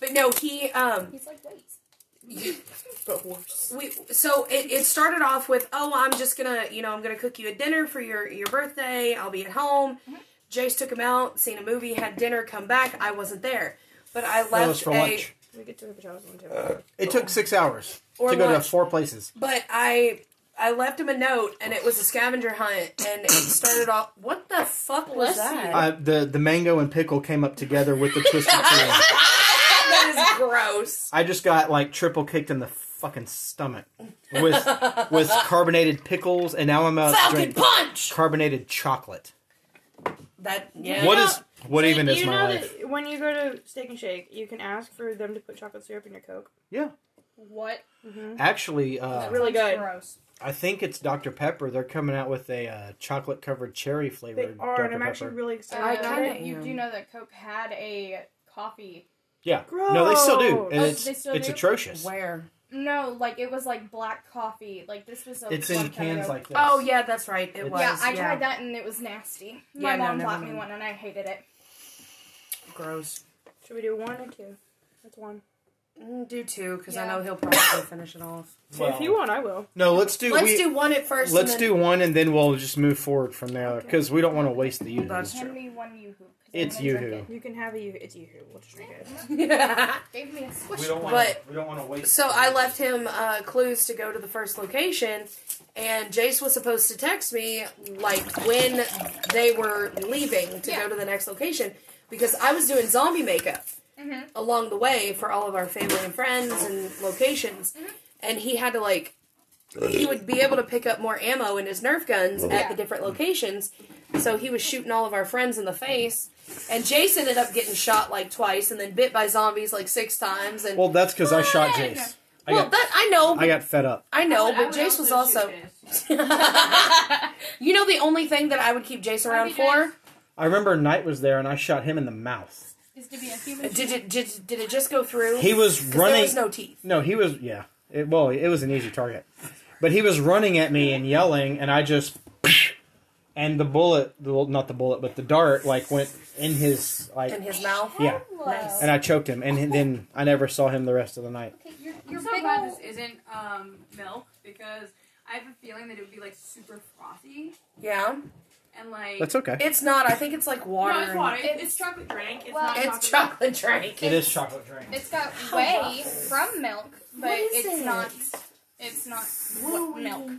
E: but no, he um
D: He's like, wait.
E: but worse. We so it, it started off with oh I'm just gonna you know I'm gonna cook you a dinner for your your birthday. I'll be at home.
B: Mm-hmm.
E: Jace took him out, seen a movie, had dinner, come back. I wasn't there, but I left
A: That was for
E: a
A: lunch.
C: We get to the pajamas one too.
A: It took six hours
E: Or
A: to go
E: lunch.
A: to four places.
E: but I
B: I left him a note, and it was a scavenger hunt, and it started off. What the fuck was that?
A: Uh, the the mango and pickle came up together with the twisted cream.
B: that is gross.
A: I just got like triple kicked in the fucking stomach with with carbonated pickles, and now I'm out to
B: Falcon
A: drink
B: punch.
A: carbonated chocolate.
B: That yeah.
A: What
C: know-
A: is what
C: So
A: even
C: you
A: is my
C: know
A: life?
C: That when you go to Steak and Shake, you can ask for them to put chocolate syrup in your Coke.
A: Yeah,
D: What?
A: actually, uh,
C: Really good.
D: Gross.
A: I think it's Dr Pepper. They're coming out with a uh, chocolate covered cherry
C: They
A: flavored
C: are,
A: Dr
C: and I'm
A: Pepper.
C: actually really excited.
D: I
C: about
D: kind
C: it.
D: of. You do know that Coke had a coffee.
A: yeah, no, they still do, and
D: Oh,
A: it's
D: they still
A: it's
D: do?
A: atrocious.
B: Where?
D: No, like it was like black coffee. Like this was. A
A: It's
D: long
A: in
D: time
A: cans
D: ago.
A: like this.
B: Oh yeah, that's right. It
A: It's-
B: was.
D: yeah, I tried that and it was nasty. My
B: Yeah, no,
D: mom
B: never
D: bought me
B: mind.
D: one and I hated it.
B: Gross.
C: Should we do one or two? That's one.
B: Mm, Do two, because I
D: Yeah.
B: know he'll probably finish it off.
A: Well,
C: if you want, I will.
A: no, let's do
B: Let's
A: we,
B: do one at first.
A: let's
B: and then,
A: do one, and then we'll just move forward from there because we don't want to waste the
B: That's
A: uses.
B: true.
D: Hand me one yoo-hoo. 'cause I
A: It's
D: wanna drink
A: yoo-hoo.
C: You can have a you. It's you who. We'll just drink it.
D: it. Gave me a squish.
A: We don't want.
B: But-
A: we don't want to waste.
B: So I left him uh, clues to go to the first location, and Jace was supposed to text me like when they were leaving to
D: Yeah.
B: go to the next location because I was doing zombie makeup
D: Mhm.
B: along the way for all of our family and friends and locations, and he had to like he would be able to pick up more ammo in his Nerf guns at
D: Yeah.
B: the different locations. So he was shooting all of our friends in the face, and Jace ended up getting shot like twice, and then bit by zombies like six times. And well,
A: Well, that's because I shot
D: Fun!
A: Jace. I got,
B: that I know,
A: I got fed up.
B: I know,
K: I
B: Oh, but
K: would
B: Jace was
K: shoot
B: also.
K: this.
B: you know, the only thing that I would keep Jace around
D: Happy
B: for
A: I remember Knight was there, and I shot him in the mouth.
D: Is to be a human.
B: did it did, did it just go through?
A: He was
B: 'Cause
A: running.
B: There was no teeth.
A: no, he was yeah. It, well, it was an easy target, but he was running at me and yelling, and I just and the bullet, well, not the bullet, but the dart, like went in his like
B: In his mouth.
A: yeah,
D: Hello.
A: and I choked him, and then I never saw him the rest of the night.
D: Okay, you're,
K: I'm
D: you're
K: so
D: big
K: glad
D: ol-
K: this isn't um, milk because I have a feeling that it would be like super frothy
B: Yeah,
K: and like
A: That's okay.
B: it's not. I think it's like water.
K: No, it's water. It's,
D: It's-
K: it's chocolate drink. It's
D: well,
K: not chocolate.
B: and- It's chocolate drink.
A: It is chocolate drink.
D: It's got whey from milk, but
B: What is
D: it's
B: it?
D: not. It's not what, milk.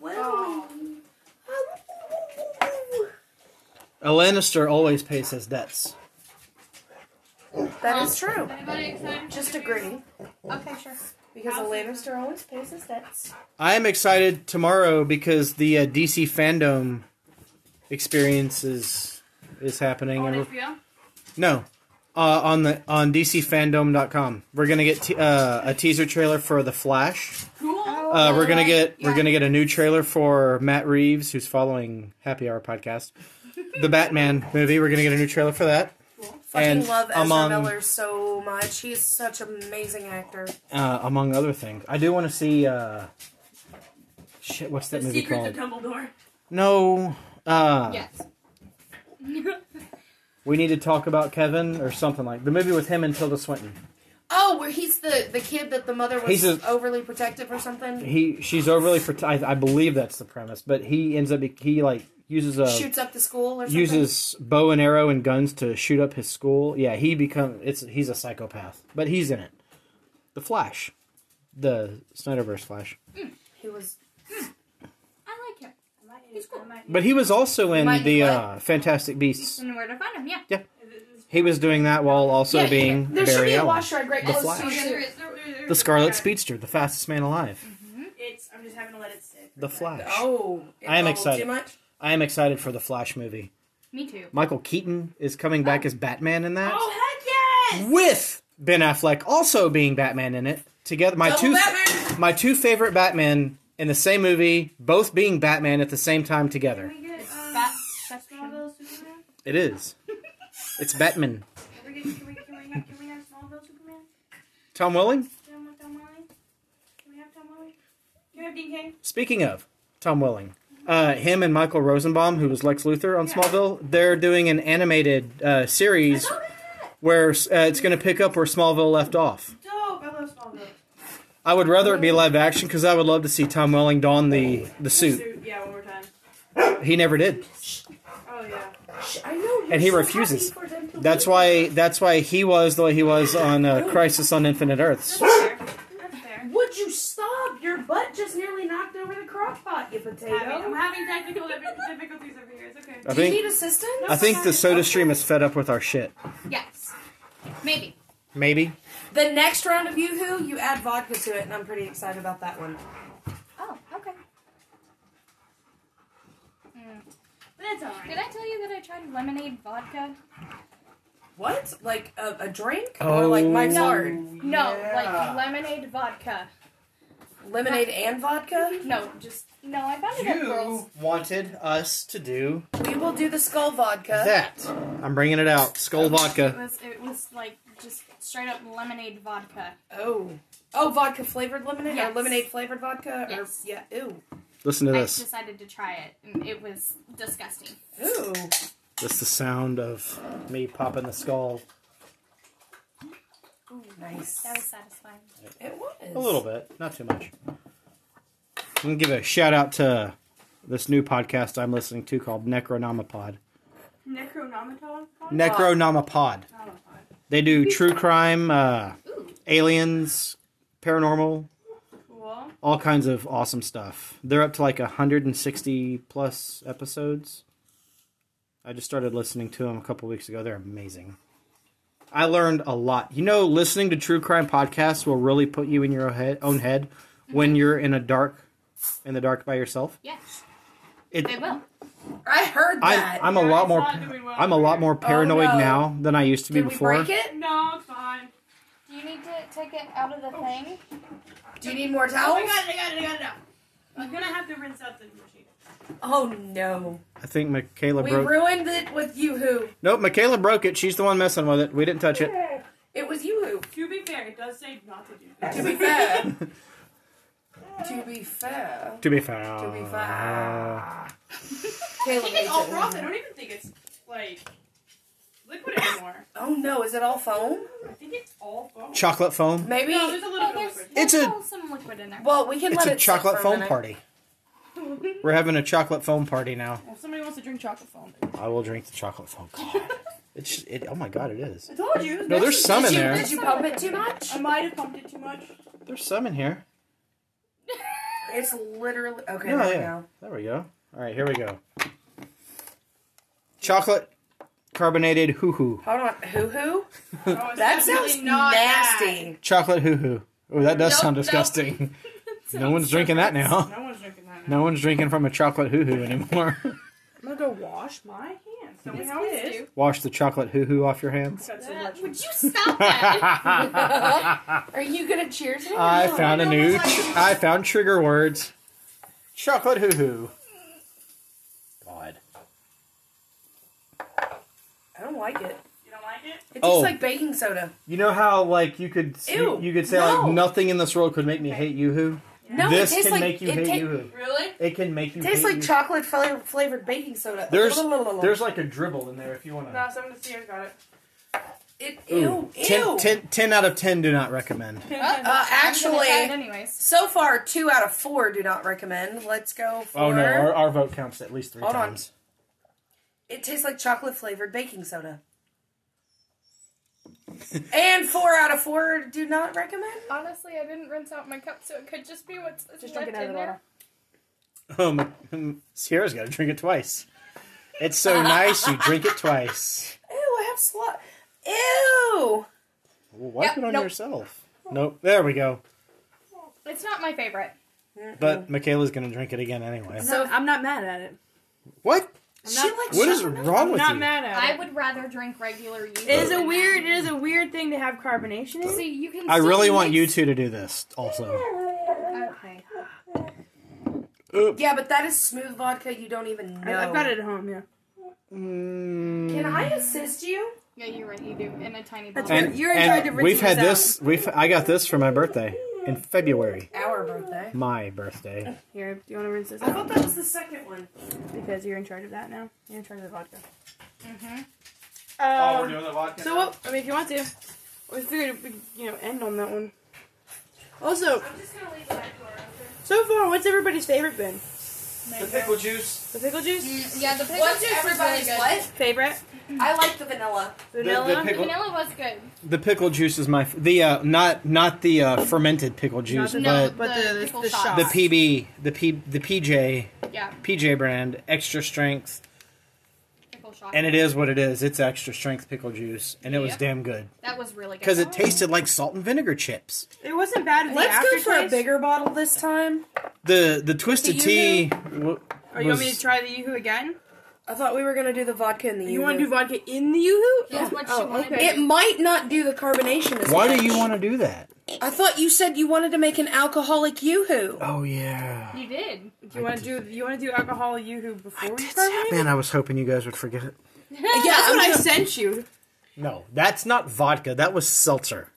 B: Wow.
A: A Lannister always pays his debts.
B: That is true.
K: Anybody excited?
B: um, Just agree.
D: Okay, sure.
B: Because the Lannister always pays his debts.
A: I am excited tomorrow because the uh, DC fandom experience is, is happening.
K: On
A: and we're-
K: HBO?
A: no, uh, on the on DCFandom.com, we're gonna get t- uh, a teaser trailer for The Flash.
K: Cool.
A: Uh, we're gonna
D: right.
A: get we're
D: Yeah.
A: gonna get a new trailer for Matt Reeves, who's following Happy Hour podcast, the Batman movie. We're gonna get a new trailer for that.
B: Fucking
A: And
B: love Ezra
A: among-
B: Miller so much. He's such an amazing actor.
A: uh, among other things. I do want to see. Uh, shit, what's that
K: The
A: movie
K: Secrets
A: called?
K: of Dumbledore.
A: no. Uh,
D: Yes.
A: We need to talk about Kevin or something like the movie with him and Tilda Swinton.
B: Oh, where he's the the kid that the mother was
A: He's a-
B: overly protective or something.
A: He, she's overly. prote- I, I believe that's the premise, but he ends up be- he like uses a
B: Shoots up the school or something.
A: uh, uses bow and arrow and guns to shoot up his school. Yeah, he become it's he's a psychopath, but he's in it. The Flash, the Snyderverse Flash,
B: He was
D: I like him.
K: I might need- I might need-
A: but he was also in
B: Might-
A: the
B: what?
A: uh, Fantastic Beasts.
D: And where to find him? Yeah.
A: He was doing that while also
B: Yeah,
A: being
B: there should
A: Barry
B: be a
A: Allen.
B: washer at Great
A: The
B: Clothes
A: Flash.
K: Oh, yeah, there
B: Studio.
K: is- there- there- there
A: The
K: is a
A: Scarlet
K: guy.
A: Speedster, the fastest man alive.
K: It's. I'm just having to let it sit.
A: The Flash.
B: Oh, it
A: I am
B: all
A: excited.
B: Too much.
A: I am excited for the Flash movie.
D: Me too.
A: Michael Keaton is coming back as Batman in that,
K: Oh heck yes!
A: with Ben Affleck also being Batman in it. Together, my
B: Double
A: two
B: Batman!
A: my two favorite Batman in the same movie, both being Batman at the same time together.
K: Can we get um,
D: Bat-
K: Smallville Superman?
A: It is. It's Batman.
K: Can we, get, can, we, can, we have, can we have Smallville Superman?
A: Tom Welling.
K: Tom, Tom Welling? Can we have Tom Welling? Can we have Dean Kane?
A: Speaking of Tom Welling, uh, him and Michael Rosenbaum, who was Lex Luthor on
K: Yeah.
A: Smallville, they're doing an animated uh, series where uh, it's going to pick up where Smallville left off.
K: Dope! I love Smallville.
A: I would rather it be live action because I would love to see Tom Welling don the the suit.
K: Suit, Yeah, one more time.
A: He never did.
K: Oh yeah.
B: Sh- I know.
A: And he
B: you're so
A: refuses.
B: happy for them to
A: That's
B: leave.
A: why that's why he was the way he was on uh, Crisis on Infinite Earths.
K: That's fair. That's fair.
B: Would you stop? Your butt just nearly knocked over the spot.
J: Your
B: Having, I'm
J: potato.
B: having technical difficulties over here. It's okay.
A: I
E: Do you
A: think
E: need assistance?
A: I think the Soda Stream is fed up with our shit.
D: Yes. Maybe.
A: Maybe.
E: The next round of Yoo-Hoo, you add vodka to it, and I'm pretty excited about that one.
D: Oh, okay. Mm.
B: That's alright.
D: Did I tell you that I tried lemonade vodka?
E: What? Like a, a drink? Or like
A: Oh.
E: my fart?
D: No,
J: Yeah.
D: like lemonade vodka.
E: Lemonade and vodka?
D: No, just no. I found it at Girls.
A: You wanted us to do
E: We will do the skull vodka.
A: that. I'm bringing it out. Skull
D: It
A: vodka.
D: was it was like just straight up lemonade vodka.
E: Oh. Oh, vodka flavored lemonade? Or
D: Yes.
E: lemonade flavored vodka?
D: Yes.
E: Or, yeah. Ew.
A: Listen to
D: I
A: this.
D: decided to try it, and it was disgusting.
E: Ooh.
A: That's the sound of me popping the skull
E: Nice.
D: That was satisfying.
E: It was.
A: a little bit, not too much. I'm gonna give a shout out to this new podcast I'm listening to called Necronomipod.
B: Necronomicon?
A: Necronomipod. They do true crime, uh, aliens, paranormal,
B: Cool.
A: all kinds of awesome stuff. They're up to like 160 plus episodes. I just started listening to them a couple weeks ago. They're amazing. I learned a lot. You know, listening to true crime podcasts will really put you in your head, own head when you're in a dark in the dark by yourself.
D: Yes,
A: It
D: they will.
E: I heard
A: I
E: that.
A: I'm a lot
B: it's
A: more
B: not doing well
A: I'm a
B: over
A: lot
B: here.
A: more paranoid
E: Oh, no.
A: now than I used to be
E: Did we
A: before.
E: break it?
B: No, it's fine.
D: Do you need to take it out of the thing?
E: Do you need more
B: Oh,
E: towels?
B: I got it, I got it, I got it out. I'm gonna have to rinse out the machine.
E: Oh, no.
A: I think Michaela
E: We
A: broke
E: ruined it with Yoo-Hoo.
A: Nope, Michaela broke it. She's the one messing with it. We didn't touch it.
E: It was Yoo-Hoo.
B: To be fair, it does say not to do that.
E: To be fair. to be fair.
A: To be fair.
E: To be fair.
B: I
E: Caleb
B: think it's all
E: is-
B: broth. I don't even think it's like liquid anymore.
E: Oh no, is it all foam?
B: I think it's all foam.
A: Chocolate foam.
E: Maybe.
B: No, there's a little
D: Oh,
B: bit of
D: there's,
B: liquid.
A: It's
D: there's
A: a-
D: still some liquid in there.
E: Well, we can
A: It's
E: let
A: a
E: it sit
A: chocolate
E: for a
A: foam
E: minute.
A: party. We're having a chocolate foam party now.
C: Well, if somebody wants to drink chocolate foam.
A: I will drink the chocolate foam. God. It's it, oh my god, it is.
B: I told you.
A: No, there's some in
E: Did you,
A: there.
E: did you pump it too much?
C: I might have pumped it too much.
A: There's some in here.
E: It's literally okay.
A: No,
E: there we
A: yeah.
E: go.
A: There we go. All right, here we go. Chocolate carbonated hoo hoo.
E: Hold on. Hoo hoo.
B: Oh, it's
E: That
B: definitely
E: sounds
B: not
E: nasty.
A: Chocolate hoo hoo. Oh, that does
D: Nope,
A: sound
D: nope.
A: disgusting. no one's drinking that
B: that.
A: now.
B: No one's drinking that. Now.
A: No one's drinking from a chocolate hoo hoo anymore.
B: I'm gonna go wash my hands. Tell me
D: Yes,
B: how it
D: please
B: is.
D: do.
A: Wash the chocolate hoo hoo off your hands.
B: Got so
D: Uh,
B: much.
D: would you stop that?
E: Are you gonna cheers me?
A: I found a new. I found trigger words. Chocolate hoo hoo. God.
E: I don't like it.
B: You don't like it?
E: It tastes
A: Oh.
E: like baking soda.
A: You know how like you could you,
E: Ew,
A: you could say
E: no.
A: like nothing in this world could make me hate YooHoo.
E: No,
A: this
E: it tastes
A: can
E: like
A: make you
E: it
A: hate
E: ta-
A: YooHoo.
B: Really?
A: It can make you
E: It tastes
A: hate
E: like
A: Yoo-Hoo.
E: chocolate fla- flavored baking soda.
A: There's there's like a dribble in there if you want
B: No,
A: to.
B: so I'm gonna see. I got it.
E: it, ew ew.
A: Ten, ten, 10 out of ten do not recommend.
E: Uh,
D: I'm gonna try it
E: actually,
D: anyways.
E: so far two out of four do not recommend. Let's go for.
A: Oh no, our, our vote counts at least three
E: Hold on.
A: times.
E: It tastes like chocolate flavored baking soda. and four out of four do not recommend.
D: Honestly, I didn't rinse out my cup, so it could just be what's
C: Just drink
D: left
C: it out of
D: in
C: the
D: there.
C: bottle.
A: Um, Sierra's got to drink it twice. It's so nice you drink it twice.
E: Ew, I have slot. Ew.
A: Well, wipe
D: Yep,
A: it on
D: nope.
A: yourself. Nope. There we go.
D: It's not my favorite.
A: But Michaela's gonna drink it again anyway.
C: So I'm not mad at it.
A: What?
C: I'm
E: She
C: not,
E: likes
A: What is
E: chocolate.
A: wrong with
C: not
A: you?
C: mad at
D: I
C: it.
D: would rather drink regular. It
C: It is a weird. It is a weird thing to have carbonation in.
D: See, you can.
A: I
D: see
A: really
D: the
A: want you
D: mix- Uh,
A: two to do this also.
D: Okay.
E: Yeah, but that is smooth vodka. You don't even know.
C: I, I've got it at home. Yeah.
A: Mm.
E: Can I assist you?
D: Yeah, you're right. You do in a tiny
C: That's
D: bottle.
C: right. You're in charge of rinsing
A: we've had
C: this out.
A: this. We've I got this for my birthday in February.
E: Our birthday.
A: My birthday.
C: Here, do you want to rinse this
E: I
C: out?
E: thought that was the second one.
C: Because you're in charge of that now. You're in charge of the vodka.
D: Mhm.
C: Uh,
A: Oh, doing the vodka.
C: so, well, I mean, if you want to, we figured we could, you know, end on that one. Also,
B: I'm just gonna leave the back door open.
C: so far, what's everybody's favorite been?
A: the pickle juice.
C: The pickle juice?
D: Mm, yeah, the pickle
E: What's
D: juice is really
E: everybody's
D: good.
E: what?
C: Favorite?
E: I like the vanilla.
C: Vanilla.
A: the pickle-
D: Vanilla was good.
A: The pickle juice is my f- the uh, not not the uh, fermented pickle juice,
C: the-
D: No,
A: but
C: but
D: the,
C: the- the-
D: pickle
C: the
D: shot.
C: shot.
A: the PB the P the PJ
D: Yeah,
A: PJ brand extra strength,
D: pickle shot.
A: and it is what it is. It's extra strength pickle juice, and it was
D: Yep.
A: damn good
D: that was really good.
A: because it tasted like salt and vinegar chips.
C: It wasn't bad. The
L: Let's go for a
C: aftertaste-
L: bigger bottle this time.
A: The the twisted
L: The
A: tea w-
C: Or Oh, you want me to
A: was
C: try the yoo-hoo again?
E: I thought we were gonna do the vodka and the.
C: You want to do
E: Yuzu.
C: vodka in the yoo-hoo?
D: That's what she
C: Oh,
D: wanted.
C: okay.
E: It might not do the carbonation. As
A: why
E: much.
A: do you want to do that?
E: I thought you said you wanted to make an alcoholic yoo-hoo.
A: Oh yeah,
D: You did.
C: Do you want to do? You want to do alcohol yoo-hoo before we carbonate?
A: man, I was hoping you guys would forget it.
E: yeah,
C: That's
E: I'm
C: what I
E: gonna-
C: sent you.
A: No, that's not vodka. That was seltzer.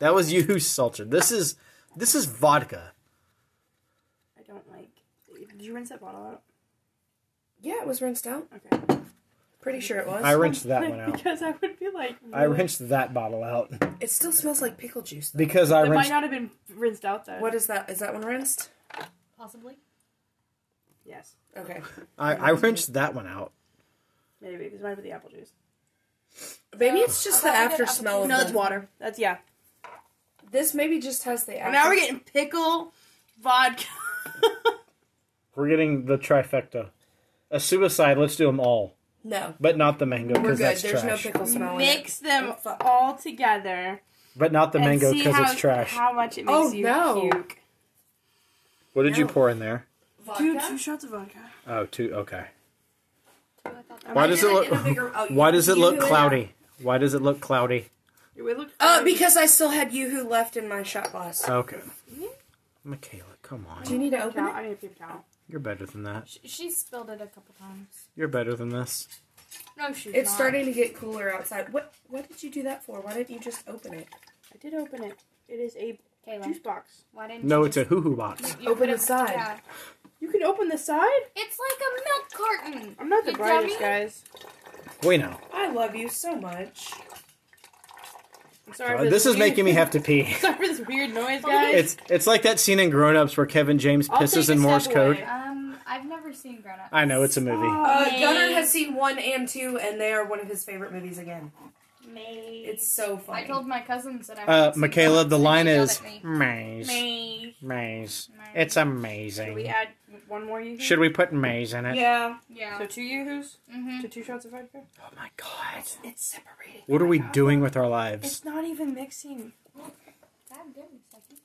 A: That was yoo-hoo seltzer. This is this is vodka.
C: I don't like. Did you rinse that bottle out?
E: Yeah, it was rinsed out.
C: Okay.
E: Pretty sure it was.
A: I rinsed that one out.
C: Because I would be like,
A: I rinsed that bottle out
E: it still smells like pickle juice. Though.
A: because I
C: it might
A: rinsed.
C: not have been rinsed out though.
E: What is that? Is that one rinsed?
D: Possibly.
C: Yes,
E: Okay.
A: I, I rinsed that one out.
C: maybe because mine was the apple juice.
E: Maybe it's just the
D: I thought we did
E: after
D: apple
E: smell of
C: No, that's
E: the-
C: water. That's yeah.
E: This maybe just has the after.
C: Now we're getting pickle vodka.
A: We're getting the trifecta. A suicide. Let's do them all,
E: no.
A: but not the mango
E: We're
A: because
E: good.
A: that's
E: There's
A: trash.
E: no pickle smell. in it.
C: Mix them
E: Oh, fuck.
C: all together.
A: but not the mango
C: and see
A: because
C: how,
A: it's trash.
C: How much it makes
E: Oh,
C: you
E: no.
C: puke.
A: what did you
E: No.
A: pour in there?
C: Dude, two shots of vodka.
A: Oh, two. Okay.
D: Ooh, I thought that
A: Why
E: I
A: does
E: did
A: it
E: in a
A: look?
E: bigger- oh,
A: Why
E: you-
A: does it
E: you
A: look
E: do
A: cloudy? Why does it look cloudy?
C: It would look
E: Uh, because I still had yoo-hoo left in my shot glass.
A: Okay. Michaela, come
E: Do you
A: on.
E: need to
C: Paper
E: open
C: towel.
E: it?
C: I need a paper towel.
A: You're better than that.
D: she, she spilled it a couple times.
A: You're better than this.
D: No, she's
E: It's
D: not.
E: starting to get cooler outside. What? What did you do that for? Why didn't you just open it?
C: I did open it. It is a juice
D: Kayla,
C: box.
D: why didn't
A: No,
D: you
A: it's a hoo hoo box.
D: just- you
E: Open
D: could've-
E: the side.
D: Yeah.
C: You can open the side.
D: It's like a milk carton.
C: I'm not the
D: You
C: brightest,
D: dummy.
C: guys.
A: We know.
E: I love you so much.
C: I'm sorry.
A: Uh,
C: for
A: this is
C: weird-
A: making me have to pee.
C: Sorry for this weird noise, guys.
A: It's it's like that scene in Grown Ups where Kevin James
C: I'll
A: pisses
C: take a
A: in Morse
C: step
A: code.
C: away.
D: Um, I've never seen Grown Up.
A: I know it's a movie.
E: Uh,
D: Yay.
E: Gunnar has seen one and two, and they are one of his favorite movies again. It's so funny.
D: I told my cousins that I.
A: Uh,
D: haven't seen Grown
A: Michaela,
D: Ups,
A: the
D: and they
A: line
D: yelled
A: is
D: at me.
A: maze,
C: May.
A: maze.
D: Maze.
A: It's
C: Should we
A: amazing.
C: add one more yoo-hoo?
A: Should we put maze in it?
C: Yeah.
D: Yeah.
C: So two yoo-hoos
D: mm-hmm.
C: to two shots of vodka.
A: Oh my god!
C: It's separated.
A: What are we doing with our lives?
C: It's not even mixing.
D: God damn it, Becky.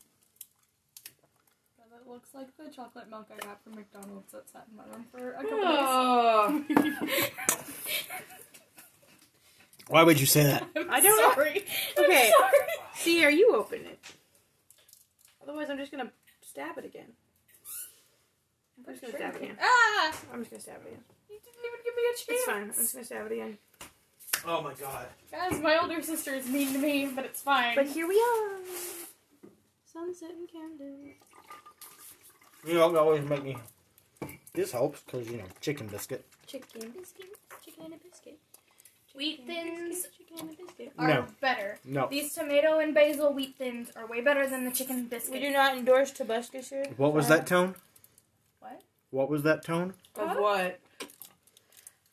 D: Yeah, That looks like the chocolate milk I got from McDonald's that sat in my room for a couple
E: Oh.
A: Why would you say that?
D: days.
C: I don't know.
D: sorry.
C: Okay.
D: I'm sorry.
C: See, are you open it? Otherwise, I'm just gonna stab it again. I'm just gonna stab it again.
D: Ah!
C: I'm just gonna stab it again.
D: You didn't even give me a chance.
C: It's fine. I'm just gonna stab it again.
A: Oh my god!
D: Guys, my older sister is mean to me, but it's fine.
C: But here we are. Sunset and candles.
A: You know, it always make me. This helps because you know chicken biscuit.
D: chicken biscuit, chicken and a biscuit. Wheat thins
C: Chicken and a biscuit.
D: are
A: No.
D: better.
A: No.
D: These tomato and basil wheat thins are way better than the chicken biscuit.
C: We do not endorse Tabasco here.
A: What was
C: Uh,
A: that tone?
D: What?
A: What was that tone?
E: Of what?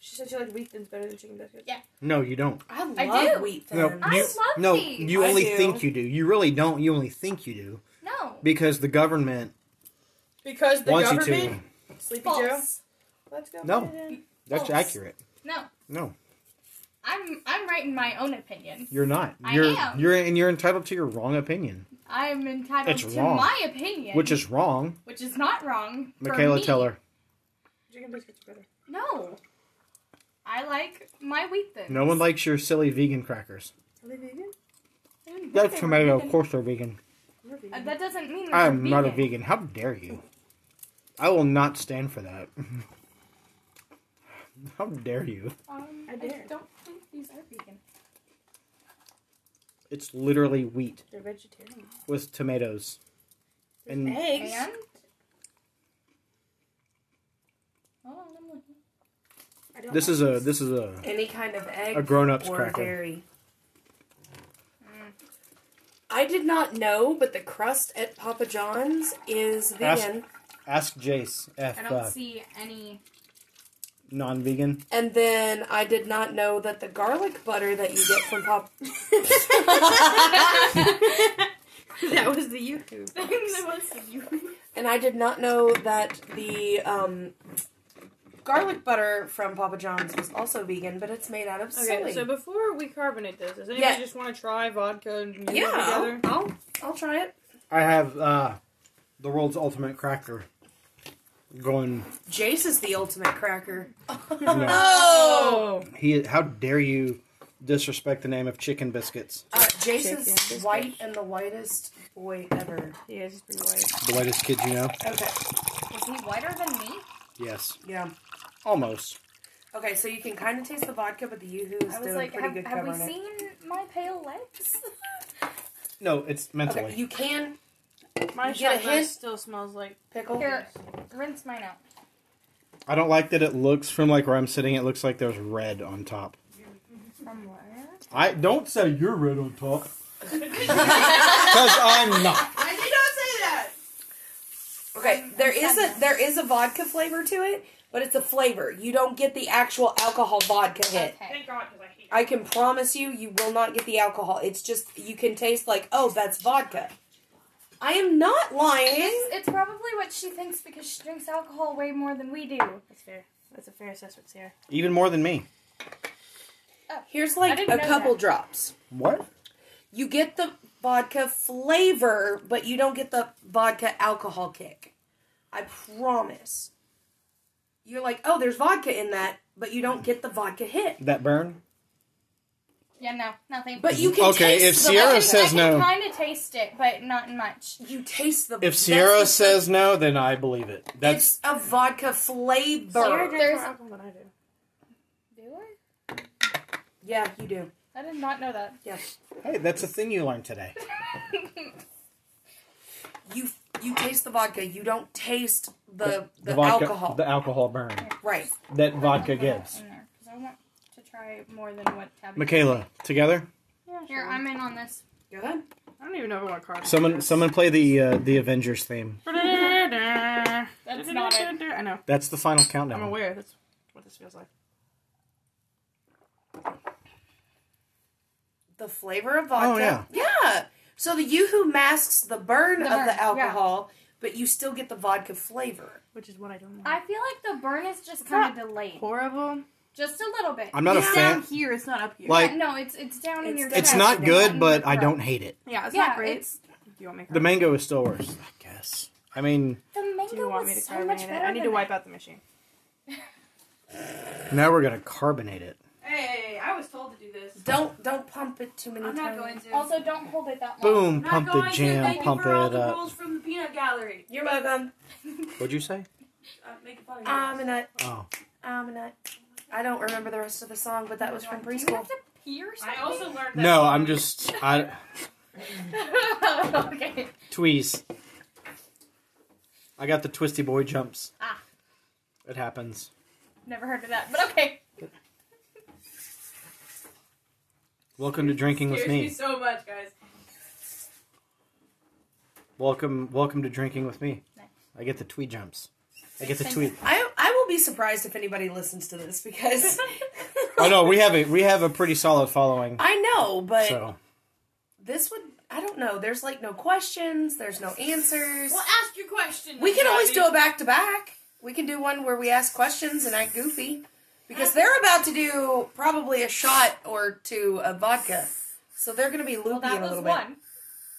C: She said she liked wheat thins better than chicken biscuits.
D: Yeah.
A: No, you don't.
E: I love
D: do.
E: wheat
A: No,
E: thins.
D: I
A: you,
D: love
A: no,
D: these.
A: you
E: I
A: only
E: do.
A: think you do. You really don't. You only think you do
D: No.
A: because the government
C: Because the
A: wants you
C: government.
A: to.
C: Sleepy Joe.
D: False.
C: Let's go.
A: No.
C: put it in.
A: That's
D: False.
A: accurate.
D: No.
A: No,
D: I'm I'm right in my own opinion.
A: you're not.
D: I
A: You're
D: am.
A: you're and you're entitled to your wrong opinion,
D: I am entitled
A: It's
D: to
A: wrong.
D: my opinion,
A: which is wrong.
D: which is not wrong. for
A: Michaela
D: me.
A: Teller.
C: Chicken biscuits are better.
D: No. I like my wheat thins.
A: No one likes your silly vegan crackers.
C: Are they vegan?
D: I didn't think
A: That's
D: they were
A: tomato. Of
D: vegan.
A: course they're vegan.
C: We're vegan.
D: Uh, that doesn't mean
A: I
D: they're
A: am not a vegan. How dare you? I will not stand for that. How dare you?
D: Um,
C: I
D: I,
C: dare.
D: don't think these are vegan.
A: It's literally wheat
C: They're vegetarian.
A: with tomatoes. And
C: Eggs.
D: And oh, I'm looking.
C: I don't
A: this
C: like
A: is a
C: this.
A: this is a
E: Any kind of egg.
A: a grown up's
E: or
A: cracker.
E: dairy. I did not know, but the crust at Papa John's is
A: Ask-
E: vegan.
A: Ask Jace F.
D: I don't
A: uh,
D: see any
A: non-vegan.
E: And then I did not know that the garlic butter that you get from Pop
C: that was the YouTube.
E: and I did not know that the um, garlic butter from Papa John's was also vegan, but it's made out of
C: Okay,
E: soy.
C: so before we carbonate this, does anybody
E: Yeah.
C: just want to try vodka and meat
E: yeah,
C: together?
E: I'll, I'll I'll try it.
A: I have uh, the world's ultimate cracker going.
E: Jace is the ultimate cracker. Uh,
A: No.
C: Oh!
A: He, how dare you disrespect the name of chicken biscuits?
E: Uh, Jace
C: Chicken
E: is
C: biscuit.
E: white and the whitest boy ever.
C: Yeah, it's pretty white.
A: The whitest kid you know?
E: Okay,
D: Was he whiter than me?
A: Yes,
E: yeah.
A: almost.
E: Okay, so you can kind of taste the vodka, but the yoo-hoo is
D: I
E: doing
D: was like,
E: pretty
D: have,
E: good
D: have
E: cover
D: we
E: on it.
D: seen my pale legs?
A: No, it's mentally.
E: Okay, you can
C: My
E: You get
C: shot
E: a hint?
C: glass still smells like
E: pickle.
D: Here, rinse mine out.
A: I don't like that it looks from like where I'm sitting. It looks like there's red on top.
D: From where?
A: I don't say you're red on top because I'm not.
B: I did not say that.
E: Okay, there is a
D: sadness.
E: there is a vodka flavor to it, but it's a flavor. You don't get the actual alcohol vodka hit.
D: Okay.
B: Thank God, because I hate. it.
E: I can promise you, you will not get the alcohol. It's just you can taste like, oh, that's vodka. I am not lying.
D: It's, it's probably what she thinks because she drinks alcohol way more than we do.
C: That's fair. That's a fair assessment, Sarah.
A: Even more than me.
E: Here's like
D: didn't
E: a
D: know
E: couple
D: that.
E: drops.
A: What?
E: You get the vodka flavor, but you don't get the vodka alcohol kick. I promise. You're like, oh, there's vodka in that, but you don't get the vodka hit.
A: That burn?
D: Yeah, no, nothing.
E: But you can
A: Okay,
E: taste
A: if
E: the
A: Sierra
E: vodka.
A: says no.
D: I can kind of taste it, but not much.
E: You taste the.
A: If Sierra
E: that's the-
A: says no, then I believe it. That's
E: it's a vodka
C: Sarah
E: flavor.
C: drinks
D: There's-
C: more alcohol than I do.
D: Do I?
E: Yeah, you do.
D: I did not know that.
E: Yes,
A: hey, that's a thing you learned today.
E: you you taste the vodka. You don't taste the the,
A: vodka,
E: alcohol.
A: the alcohol burn
E: right.
A: that vodka
D: Put that
A: gives.
D: in there, 'cause I want to try more than what Tabby.
A: Michaela, together,
D: Here, I'm in on this.
E: Go ahead.
C: I don't even know if I want to carbonate.
A: someone
C: this.
A: someone play the uh, the Avengers theme.
D: That's not it.
C: I know.
A: That's the final
C: I'm
A: countdown.
C: aware. That's what this feels like.
E: The flavor of vodka.
A: Oh, yeah.
E: Yeah. So the yoo-hoo masks the burn
D: The
E: of
D: burn,
E: the
D: yeah.
E: alcohol, but you still get the vodka flavor.
C: Which is what I don't like.
D: I feel like the burn is just kind of delayed,
C: Horrible.
D: just a little bit.
A: I'm not a
C: It's
A: fan.
C: down here. It's not up here.
A: Like-
D: Yeah, no, it's it's down in
E: It's
D: your.
E: down.
A: It's
D: chest.
A: not good, but I
D: Yeah,
A: don't hate it.
C: yeah, it's
D: yeah,
C: not great.
D: it's
C: Do you want me to
A: The
C: carbonate?
A: mango is still worse, I guess. I mean,
D: the mango
C: Do you want
D: was
C: me to
D: so
C: carbonate
D: much
C: it?
D: better.
C: I need
D: than
C: to
D: that.
C: wipe out the machine.
A: now we're gonna carbonate it.
B: Hey, hey, hey, I was told to do this.
E: Don't don't pump it too many
B: I'm not
E: times.
B: going to.
D: Also, don't hold it that long.
A: Boom!
B: not
A: Pump
B: going
A: the
B: to.
A: jam,
B: Thank you
A: pump it
B: for all the
A: up.
B: rules from the peanut gallery.
E: You're welcome.
A: What'd you say?
B: Uh, making fun of you.
E: I'm a nut.
A: Oh,
E: I'm a nut. I don't remember the rest of the song, but that was from
D: Do you
E: preschool.
D: have to pee or something?
B: I also learned that.
A: no, I'm just I
D: okay.
A: tweeze. I got the twisty boy jumps.
D: Ah.
A: It happens.
D: Never heard of that, but okay.
A: Welcome to drinking with
B: Scares me
A: me.
B: so much, guys.
A: Welcome, welcome to drinking with me.
D: Nice.
A: I get the twee jumps. I get the
D: Thank
A: twee.
E: I I will be surprised if anybody listens to this because
A: Oh no, we have a we have a pretty solid following.
E: I know, but
A: So
E: this would I don't know. There's like no questions, there's no answers.
B: Well, ask your question.
E: we can always do
B: Gabby.
E: a back to back. We can do one where we ask questions and act goofy because they're about to do probably a shot or two of vodka. So they're going to be
D: Well,
E: loopy
D: that
E: in a
D: was
E: little
D: one.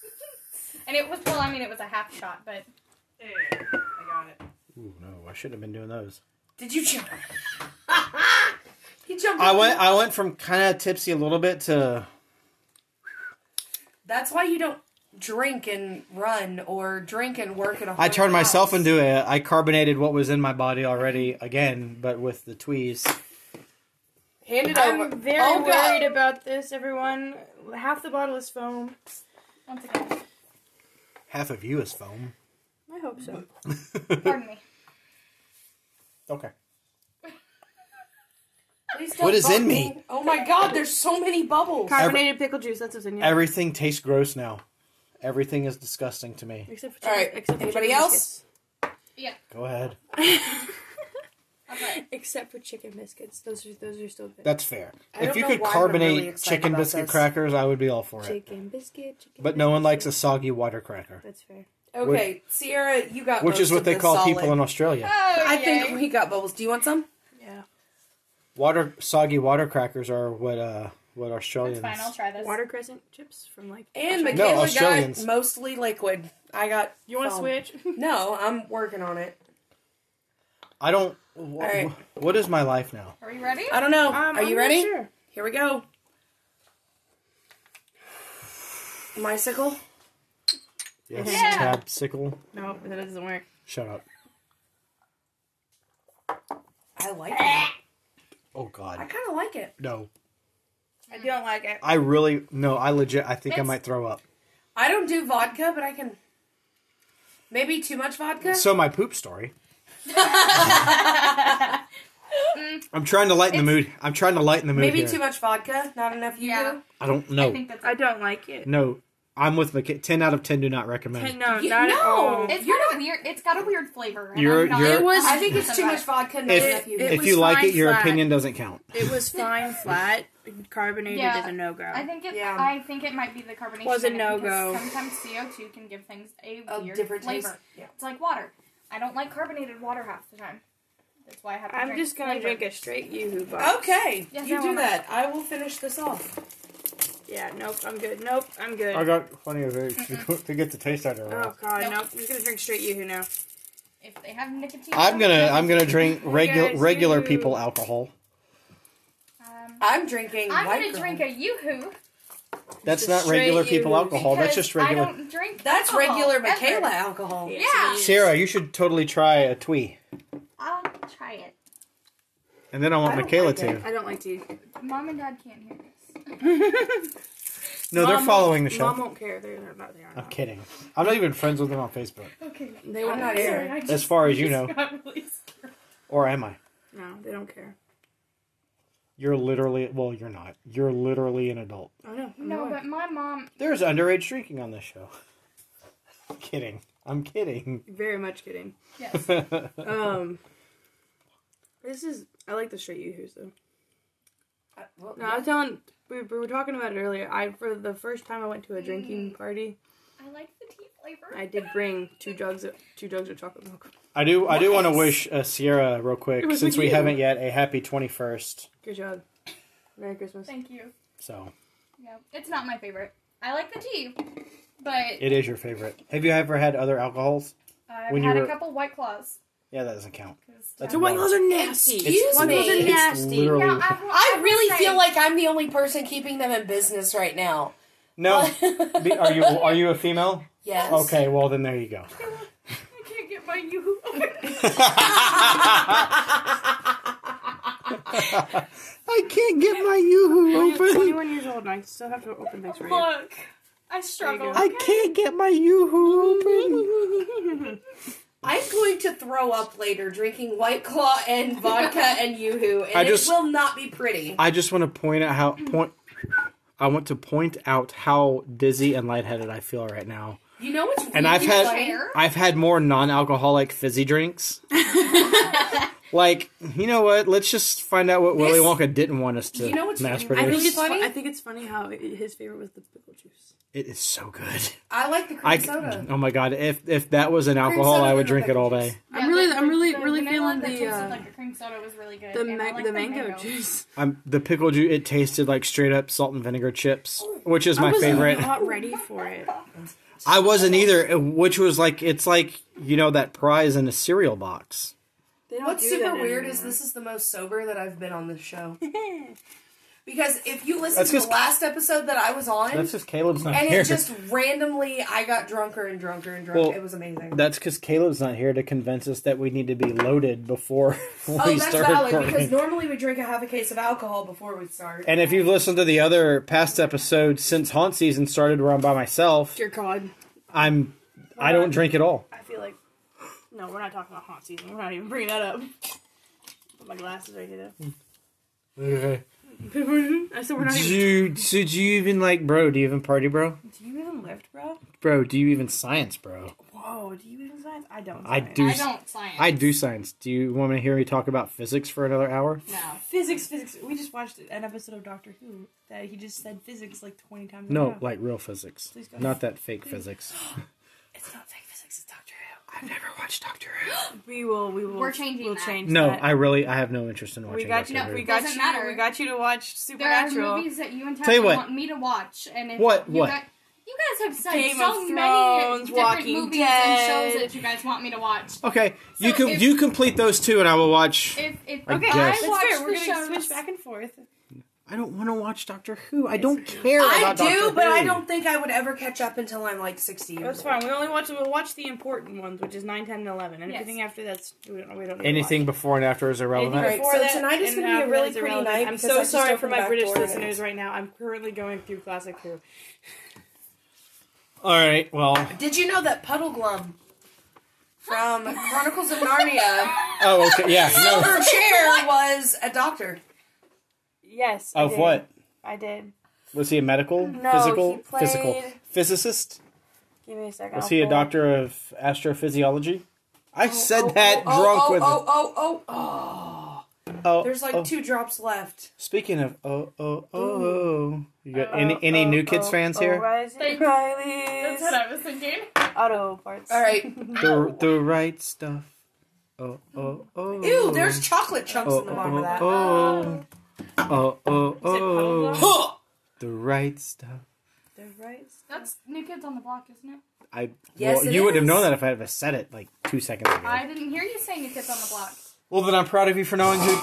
D: and it was well. I mean, it was a half shot, but
B: Hey, I got it.
A: Ooh, no, I shouldn't have been doing those.
E: bit. Did you jump? he jumped.
A: I
E: in.
A: went I went from kind of tipsy a little bit to
E: That's why you don't drink and run or drink and work at a.
A: I
E: haunted
A: turned myself
E: house.
A: into a I carbonated what was in my body already again, but with the tweeze.
E: Hand it over.
C: I'm very
E: Oh, God.
C: worried about this, everyone. Half the bottle is foam.
D: once again,
A: Half of you is foam.
C: I hope so.
D: pardon me.
A: Okay.
E: Please
A: What
E: don't
A: is in
E: bump
A: me?
E: Oh my God! There's so many bubbles.
C: Carbonated pickle juice. That's what's in here.
A: Everything tastes gross now. Everything is disgusting to me.
C: Except for
E: All right,
C: chicken- except for
E: anybody
C: chicken
E: else?
C: biscuits.
A: Go ahead.
D: I'm
L: Except for chicken biscuits. Those are those are still good.
A: That's fair.
E: I
A: If
E: don't
A: you
E: know
A: could
E: why we're
A: carbonate
E: really excited
A: chicken
E: about
A: biscuit
E: this.
A: crackers, I would be all for it.
L: chicken biscuit, chicken
A: But no one likes a soggy water cracker,
L: That's fair.
E: Okay, Sierra, you got
A: which is
E: most
A: what
E: of
A: they
E: the
A: call
E: solid.
A: people in Australia.
D: Oh,
E: I think we got bubbles. Do you want some?
L: Yeah.
A: Water soggy water crackers are what uh what
D: That's
A: Australians.
D: fine. I'll try this.
C: Water crescent chips from like.
E: And
C: Australia.
A: No,
E: Michaela
A: Australians.
E: got mostly liquid. I got.
C: You want to
E: foam.
C: switch?
E: No, I'm working on it.
A: I don't. Wh-
E: right.
A: wh- What is my life now?
D: Are you ready?
E: I don't know.
C: Um,
E: Are
C: I'm
E: you
C: not
E: ready?
C: sure.
E: Here we go. Mycicle.
A: Yes,
D: Yeah.
A: tab sickle.
C: No, that doesn't work.
A: Shut up.
E: I like it.
A: Oh
E: I
A: God,
E: kind of like it.
A: no.
C: I don't like it.
A: I really no. I legit. I think I might throw up.
E: I don't do vodka, but I can. Maybe too much vodka.
A: So my poop story. I'm trying to lighten the mood. I'm trying to lighten the mood.
E: Maybe
A: here.
E: too much vodka. Not enough you.
D: Yeah.
A: I don't know.
D: I think that's
C: I don't like it.
A: No, I'm with McKay. Ten out of ten. Do not recommend. it.
C: No,
E: You-
C: not at
E: no.
C: all.
D: It's got a weird. It's got a weird flavor. and
A: You're-
D: I'm not-
A: you're- It
C: was-
E: I think it's too much vodka. Not
A: If,
E: enough you.
C: it
A: if
C: was
A: you like it,
C: fine
A: your
C: flat.
A: opinion doesn't count.
C: It was fine, flat, carbonated
D: Yeah,
C: is a no go.
D: I think it.
E: Yeah.
D: I think it might be the carbonation.
C: Was a
D: in it
C: no-go.
D: because Sometimes CO two can give things a
E: A
D: weird
E: different
D: flavor.
E: taste. Yeah.
D: It's like water. I don't like carbonated water half the time. That's why I have. To
C: I'm
D: drink
C: just gonna
D: flavored.
C: drink a straight yoo-hoo box.
E: Okay,
D: Yes,
E: you
D: I
E: do
D: wanna-
E: that. I will finish this off.
C: Yeah, nope, I'm good. Nope, I'm good.
A: got plenty of it to get the taste out of
C: oh god,
D: Nope.
C: nope. I'm just gonna drink straight yoo-hoo now.
D: If they have nicotine.
A: I'm gonna I'm gonna drink
C: guys
A: regular
C: do-
A: regular people alcohol.
D: Um,
E: I'm drinking.
D: I'm
E: White
D: gonna
E: Girl.
D: drink a yoo-hoo.
A: That's not
C: just
A: regular
C: straight
A: people
C: you-
A: alcohol. Oh, That's
D: because
A: just regular.
D: I don't drink.
E: That's
D: alcohol,
E: regular
D: ever.
E: Michaela alcohol.
D: Yeah.
A: Sarah, you should totally try a twee,
D: I'll try it.
A: and then I want
E: I don't
A: Michaela
E: like
A: to.
E: it.
C: I don't like tea.
D: Mom and Dad can't hear this.
A: No, they're
C: Mom
A: following the
C: won't-
A: show.
C: Mom won't care. They're they're not. They are
A: I'm
C: not.
A: kidding. I'm not even friends with them on Facebook,
D: Okay.
C: They
E: I'm
C: won't
E: not
C: care.
E: here.
A: as far as you know.
D: Got really scared.
A: Or am I?
C: No, they don't care.
A: You're literally well, you're not. You're literally an adult.
C: I know. I'm
D: No,
C: annoyed.
D: but my mom
A: There's underage drinking on this show. kidding. I'm kidding.
C: very much kidding.
D: Yes.
C: Um, this is. I like the straight yoo-hoos though.
E: Uh, well,
C: No, I was telling. We, we were talking about it earlier. I for the first time I went to a drinking party.
D: I like the tea flavor.
C: I did bring two jugs of two jugs of chocolate milk.
A: I do. I do want to wish uh, Sierra real quick,
C: It was
A: since
C: with
A: we
C: you.
A: haven't yet, a happy twenty first.
C: Good job. Merry Christmas.
D: Thank you.
A: So
D: No, it's not my favorite. I like the tea, but
A: it is your favorite. Have you ever had other alcohols?
D: I've
A: when you
D: had
A: were-
D: a couple white claws.
A: Yeah, that doesn't count.
D: 'cause-
A: That's
C: The white claws are nasty.
E: Excuse
C: white claws
E: me.
C: are
E: It's
C: nasty.
A: literally-
D: Now, I, will-
E: I
D: will
E: really
D: say-
E: feel like I'm the only person keeping them in business right now.
A: No, Be- are you are you a female?
E: Yes.
A: Okay, well then there you go.
D: I can't get my yoo-hoo.
A: I can't get my yoo-hoo
C: I'm 21 years old and I still have to open things for you.
D: Look, I struggle.
C: There
A: can't get my yoo-hoo open.
E: I'm going to throw up later drinking White Claw and vodka and Yoo-Hoo, and
A: I just-
E: it will not be pretty.
A: I just want to point out how point. I want to point out how dizzy and lightheaded I feel right now.
E: You know what's
A: And
E: really
A: I've had
E: funny?
A: I've had more non-alcoholic fizzy drinks. like you know what? Let's just find out what Willy
E: This-
A: Wonka didn't want us to
E: You know what's
A: mass
E: funny? I think
A: produce.
E: it's- Funny?
C: I think it's funny how it, his favorite was the pickle juice.
A: It is so good.
E: I like the cream
A: I c-
E: soda.
A: oh my god! If if that was an alcohol,
E: soda
A: I would
E: with
A: drink it all day.
D: Yeah,
C: I'm really-
D: the-
C: I'm really-
D: the
C: really
D: vanilla
C: feeling
D: that
C: the,
D: tasted
C: uh,
D: like a cream soda was really good.
C: The,
D: and I
C: ma-
D: like
C: the mango, juice.
A: I'm, the pickle juice. It tasted like straight up salt and vinegar chips,
E: Oh,
A: which is my favorite.
C: not ready for it.
A: I wasn't either. uh, Which was like it's like you know that prize in a cereal box.
C: They don't
E: What's
C: do
E: super
C: that
E: weird
C: anymore.
E: is this is the most sober that I've been on this show. because if you listen
A: That's
E: to
A: just-
E: the last episode that I was on,
A: That's just Caleb's not
E: and
A: here.
E: it just randomly, I got drunker and drunker and drunk.
A: Well,
E: it was amazing.
A: That's because Caleb's not here to convince us that we need to be loaded before we
E: oh, that's
A: start
E: valid
A: recording.
E: because normally we drink a half a case of alcohol before we start.
A: and if you've listened to the other past episodes since haunt season started, where I'm by myself,
C: Dear God.
A: I'm I don't drink at all.
C: I feel like. No, we're not talking about haunt season. We're not even bringing that up. Put my glasses right here, though. I said we're not
A: Do
C: even.
A: you, so do you even like bro? Do you even party bro?
E: Do you even lift, bro?
A: Bro, do you even science bro?
C: Whoa, do you even science? I don't.
A: I
C: science.
A: do.
D: I don't science.
A: I do science. Do you want me to hear me talk about physics for another hour?
D: No.
L: Physics, physics. We just watched an episode of Doctor Who that he just said physics like 20 times. in a
A: No,
L: row.
A: like real physics,
L: Please go.
A: not that fake physics.
L: It's not fake physics, it's Doctor
A: I've never watched Doctor Who.
C: We will. We will.
D: We're changing
C: We'll
D: that.
C: change.
A: No,
C: that.
A: I really, I have no interest in watching
C: We got
A: Doctor
C: you.
A: Who.
C: we got
D: Doesn't
C: you.
D: matter.
C: We got you to watch
D: There are
C: Supernatural.
D: movies that you and
A: Tell you
D: Tyler
A: what.
D: want me to watch, and if
A: What-
D: you
A: what?
D: Guys, you guys have said
C: Game
D: so
C: of
D: many
C: Thrones,
D: different
C: Walking
D: movies and shows
C: Dead.
D: that you guys want me to watch.
A: Okay, you
D: So
A: can
D: if-
A: you complete those two, and I will watch.
D: If if
A: I
D: okay,
A: guess.
D: I
A: That's
D: watch
C: fair. We're
D: the
C: gonna
D: shows.
C: switch back and forth.
A: I don't want to watch Doctor Who. I don't care.
E: I
A: about
E: do,
A: Doctor
E: but I
A: Who.
E: don't think I would ever catch up until I'm like 60 years
C: That's
E: old.
C: fine. We only watch. We'll watch the important ones, which is 9, 10, and eleven. And
D: Yes.
C: everything after that's we don't. We don't need to
A: Anything
C: watch.
A: before and after is irrelevant.
C: Anything
E: Right,
C: before
E: so
C: that
E: tonight is
C: and
E: gonna be a
C: after
E: really
C: that's
E: pretty
C: irrelevant.
E: night
C: I'm
E: because I
C: so
E: just
C: sorry
E: opened
C: for
E: the
C: my
E: back
C: British
E: door and-
C: listeners right now. I'm currently going through classic Who.
A: All right. Well.
E: Did you know that Puddle Glum from Chronicles of Narnia,
A: Oh, okay. Yeah. No.
E: her chair was a doctor?
C: Yes. I
A: Of
C: did.
A: what?
C: I did.
A: Was he a medical,
C: No,
A: physical,
C: he played-
A: physical physicist?
C: Give me a second.
A: Was
C: I'll
A: he a
C: pull up.
A: doctor of astrophysiology? I said
E: Oh,
A: that
E: oh,
A: drunk
E: oh,
A: with
E: oh, oh, oh, oh,
A: a- oh,
E: There's like
A: oh.
E: two drops left.
A: Speaking of oh oh oh, oh. you got any
E: Uh,
A: any
C: Oh,
A: new kids
C: oh,
A: fans
C: oh,
A: here?
C: Rising
J: Thank- That's what
C: Rileys.
J: I was thinking.
C: Auto parts.
E: All right. uh.
A: The the right stuff. Oh oh oh.
E: Ew, there's chocolate chunks
A: oh
E: in the bottom of that. Ah.
A: oh oh oh oh
C: puddle
A: oh. The right stuff.
D: That's New Kids on the Block, isn't it?
A: I
E: Yes,
A: well,
E: it
A: you would have
E: is.
A: known that if I had said it like two seconds ago.
D: I didn't hear you say New Kids on the Block.
A: Well, then I'm proud of you for knowing who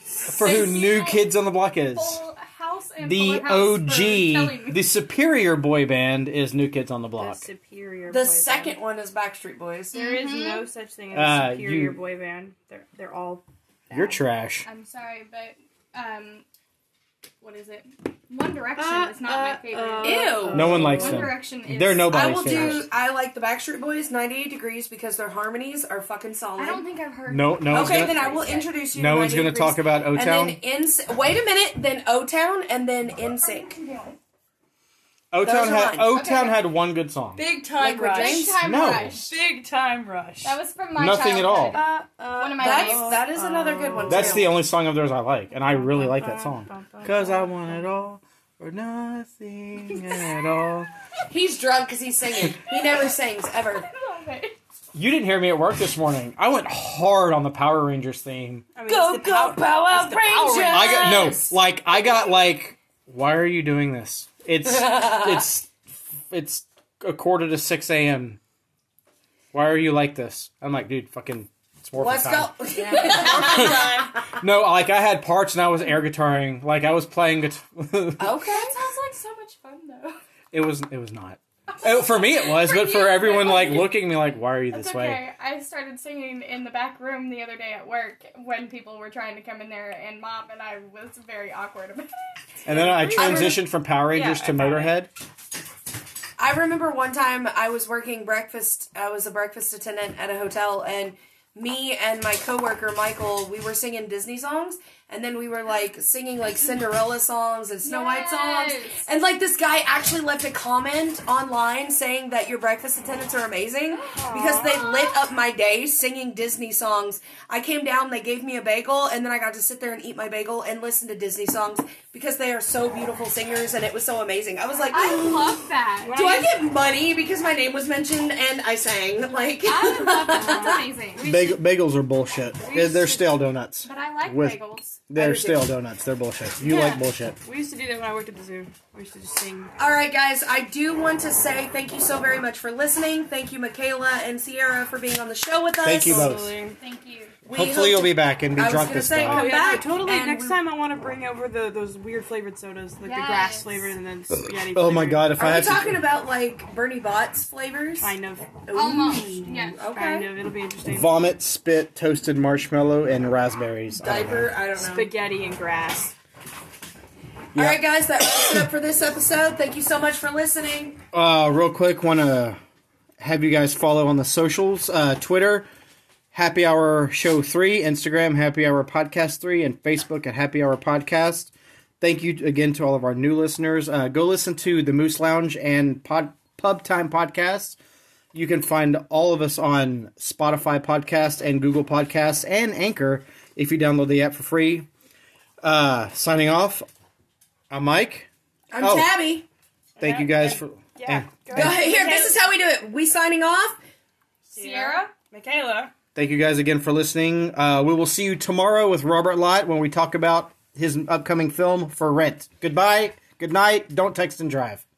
A: for who New Kids on the Block is.
D: Full House and
A: The
D: Fuller House for telling me.
A: OG, the superior boy band is New Kids on the
C: The
A: Block.
C: superior.
E: The
C: boy
E: second Mm-hmm.
C: Band.
E: one is Backstreet Boys.
C: There is no such thing as
A: Uh,
C: a superior
A: you-
C: boy band. They're they're all.
A: You're trash.
D: I'm sorry, but um, what is it? One Direction
C: Uh,
D: is not
C: uh,
D: my favorite.
C: uh,
E: Ew.
A: No one likes
D: One
A: them.
D: Direction is.
A: They're
E: I
A: nobody's
E: will
A: favorite.
E: do. I like the Backstreet Boys 98 Degrees because their harmonies are fucking solid.
D: I don't think I've heard.
A: No, no one's
E: okay,
A: gonna,
E: then I will introduce you.
A: no
E: to
A: one's
E: 98
A: gonna
E: Degrees.
A: talk about O
E: And then
A: Town.
E: in wait a minute, then O Town and then In Sync.
A: O Town
E: those are
A: had
E: mine.
A: O Town
D: Okay.
A: had one good song.
C: Big
E: time Like rush.
D: Big time
A: No.
D: rush.
C: Big time rush.
D: That was from my
A: Nothing at all.
D: childhood. One of my
E: Uh, That's
D: faves.
E: that is another good one.
A: That's
E: too.
A: the only song of theirs I like, and I really like that song. Cause I want it all or nothing at all.
E: He's drunk because he's singing. He never sings ever.
A: You didn't hear me at work this morning. I went hard on the Power Rangers theme.
C: I mean,
E: Go
C: it's the
E: go
C: power-
E: Power Rangers!
A: I got no, like I got like, why are you doing this? It's it's it's a quarter to six a.m. Why are you like this? I'm like, dude, fucking, it's more
E: Let's
A: time.
E: go.
A: No, like I had parts and I was air guitaring, like I was playing guitar.
E: okay.
D: sounds like so much fun though.
A: it was it was not. Oh, for me, it was, but
D: you,
A: for everyone
D: it
A: like looking at me, like, why are you
D: That's
A: this
D: okay.
A: way?
D: I started singing in the back room the other day at work when people were trying to come in there, and mom and I was very awkward about.
A: And then I
C: I
A: transitioned from Power Rangers
C: Yeah,
A: to
C: I thought
A: Motorhead.
E: I remember one time I was working breakfast. I was a breakfast attendant at a hotel, and me and my coworker Michael, we were singing Disney songs, and then we were like singing like Cinderella songs and Snow White songs.
D: Yes.
E: And like this guy actually left a comment online saying that your breakfast attendants are amazing because they lit up my day singing Disney songs. I came down, they gave me a bagel, and then I got to sit there and eat my bagel and listen to Disney songs because they are so beautiful singers, and it was so amazing. I was like,
D: I love that.
E: do I get money because my name was mentioned and I sang? Like,
D: I would love that. That's amazing.
A: Bag- bagels are bullshit. They're, they're stale donuts.
D: But I like
A: With-
D: bagels.
A: They're
E: do too.
A: stale donuts. They're bullshit. You
C: Yeah.
A: like bullshit.
C: We used to do that when I worked at the zoo. We used to just sing.
E: all right, guys, I do want to say thank you so very much for listening. Thank you, Michaela and Sierra, for being on the show with us.
A: Thank you both.
C: Absolutely.
D: Thank you.
E: We hope
A: Hopefully you'll be back and be
E: I was
A: drunk
E: gonna
A: this
E: say,
A: time.
C: Oh,
E: Come
C: yeah, no,
E: back,
C: totally.
E: and
C: Next
E: we-
C: time, I want to bring over the those weird flavored sodas, like the grass
D: Yes.
C: flavor and then spaghetti.
A: Oh my
C: flavored.
A: god, if I
E: Are we
A: had
E: talking
A: to,
E: about like Bernie Bot's flavors?
C: Kind of,
E: Ooh.
D: Almost, yes.
C: kind
E: Okay.
C: of. It'll be interesting.
A: vomit, spit, toasted marshmallow, and raspberries. I don't
E: Diaper.
A: know.
E: I don't know.
C: Spaghetti and grass.
E: All right, guys, that wraps it up for this episode. Thank you so much for listening.
A: Uh, real quick, want to have you guys follow on the socials: uh, Twitter, Happy Hour Show Three, Instagram, Happy Hour Podcast Three, and Facebook at Happy Hour Podcast. Thank you again to all of our new listeners. Uh, go listen to the Moose Lounge and Pod, Pub Time Podcast. You can find all of us on Spotify podcast and Google Podcasts and Anchor if you download the app for free. Uh, signing off. I'm Mike.
E: I'm
A: Oh.
E: Tabby.
A: Thank you guys for.
C: Yeah.
A: and
C: Go
E: Go ahead. Here, this is how we do it. We signing off.
D: Sierra?
C: Michaela.
A: Thank you guys again for listening. Uh, we will see you tomorrow with Robert Lott when we talk about his upcoming film for Rent. Goodbye. Good night. Don't text and drive.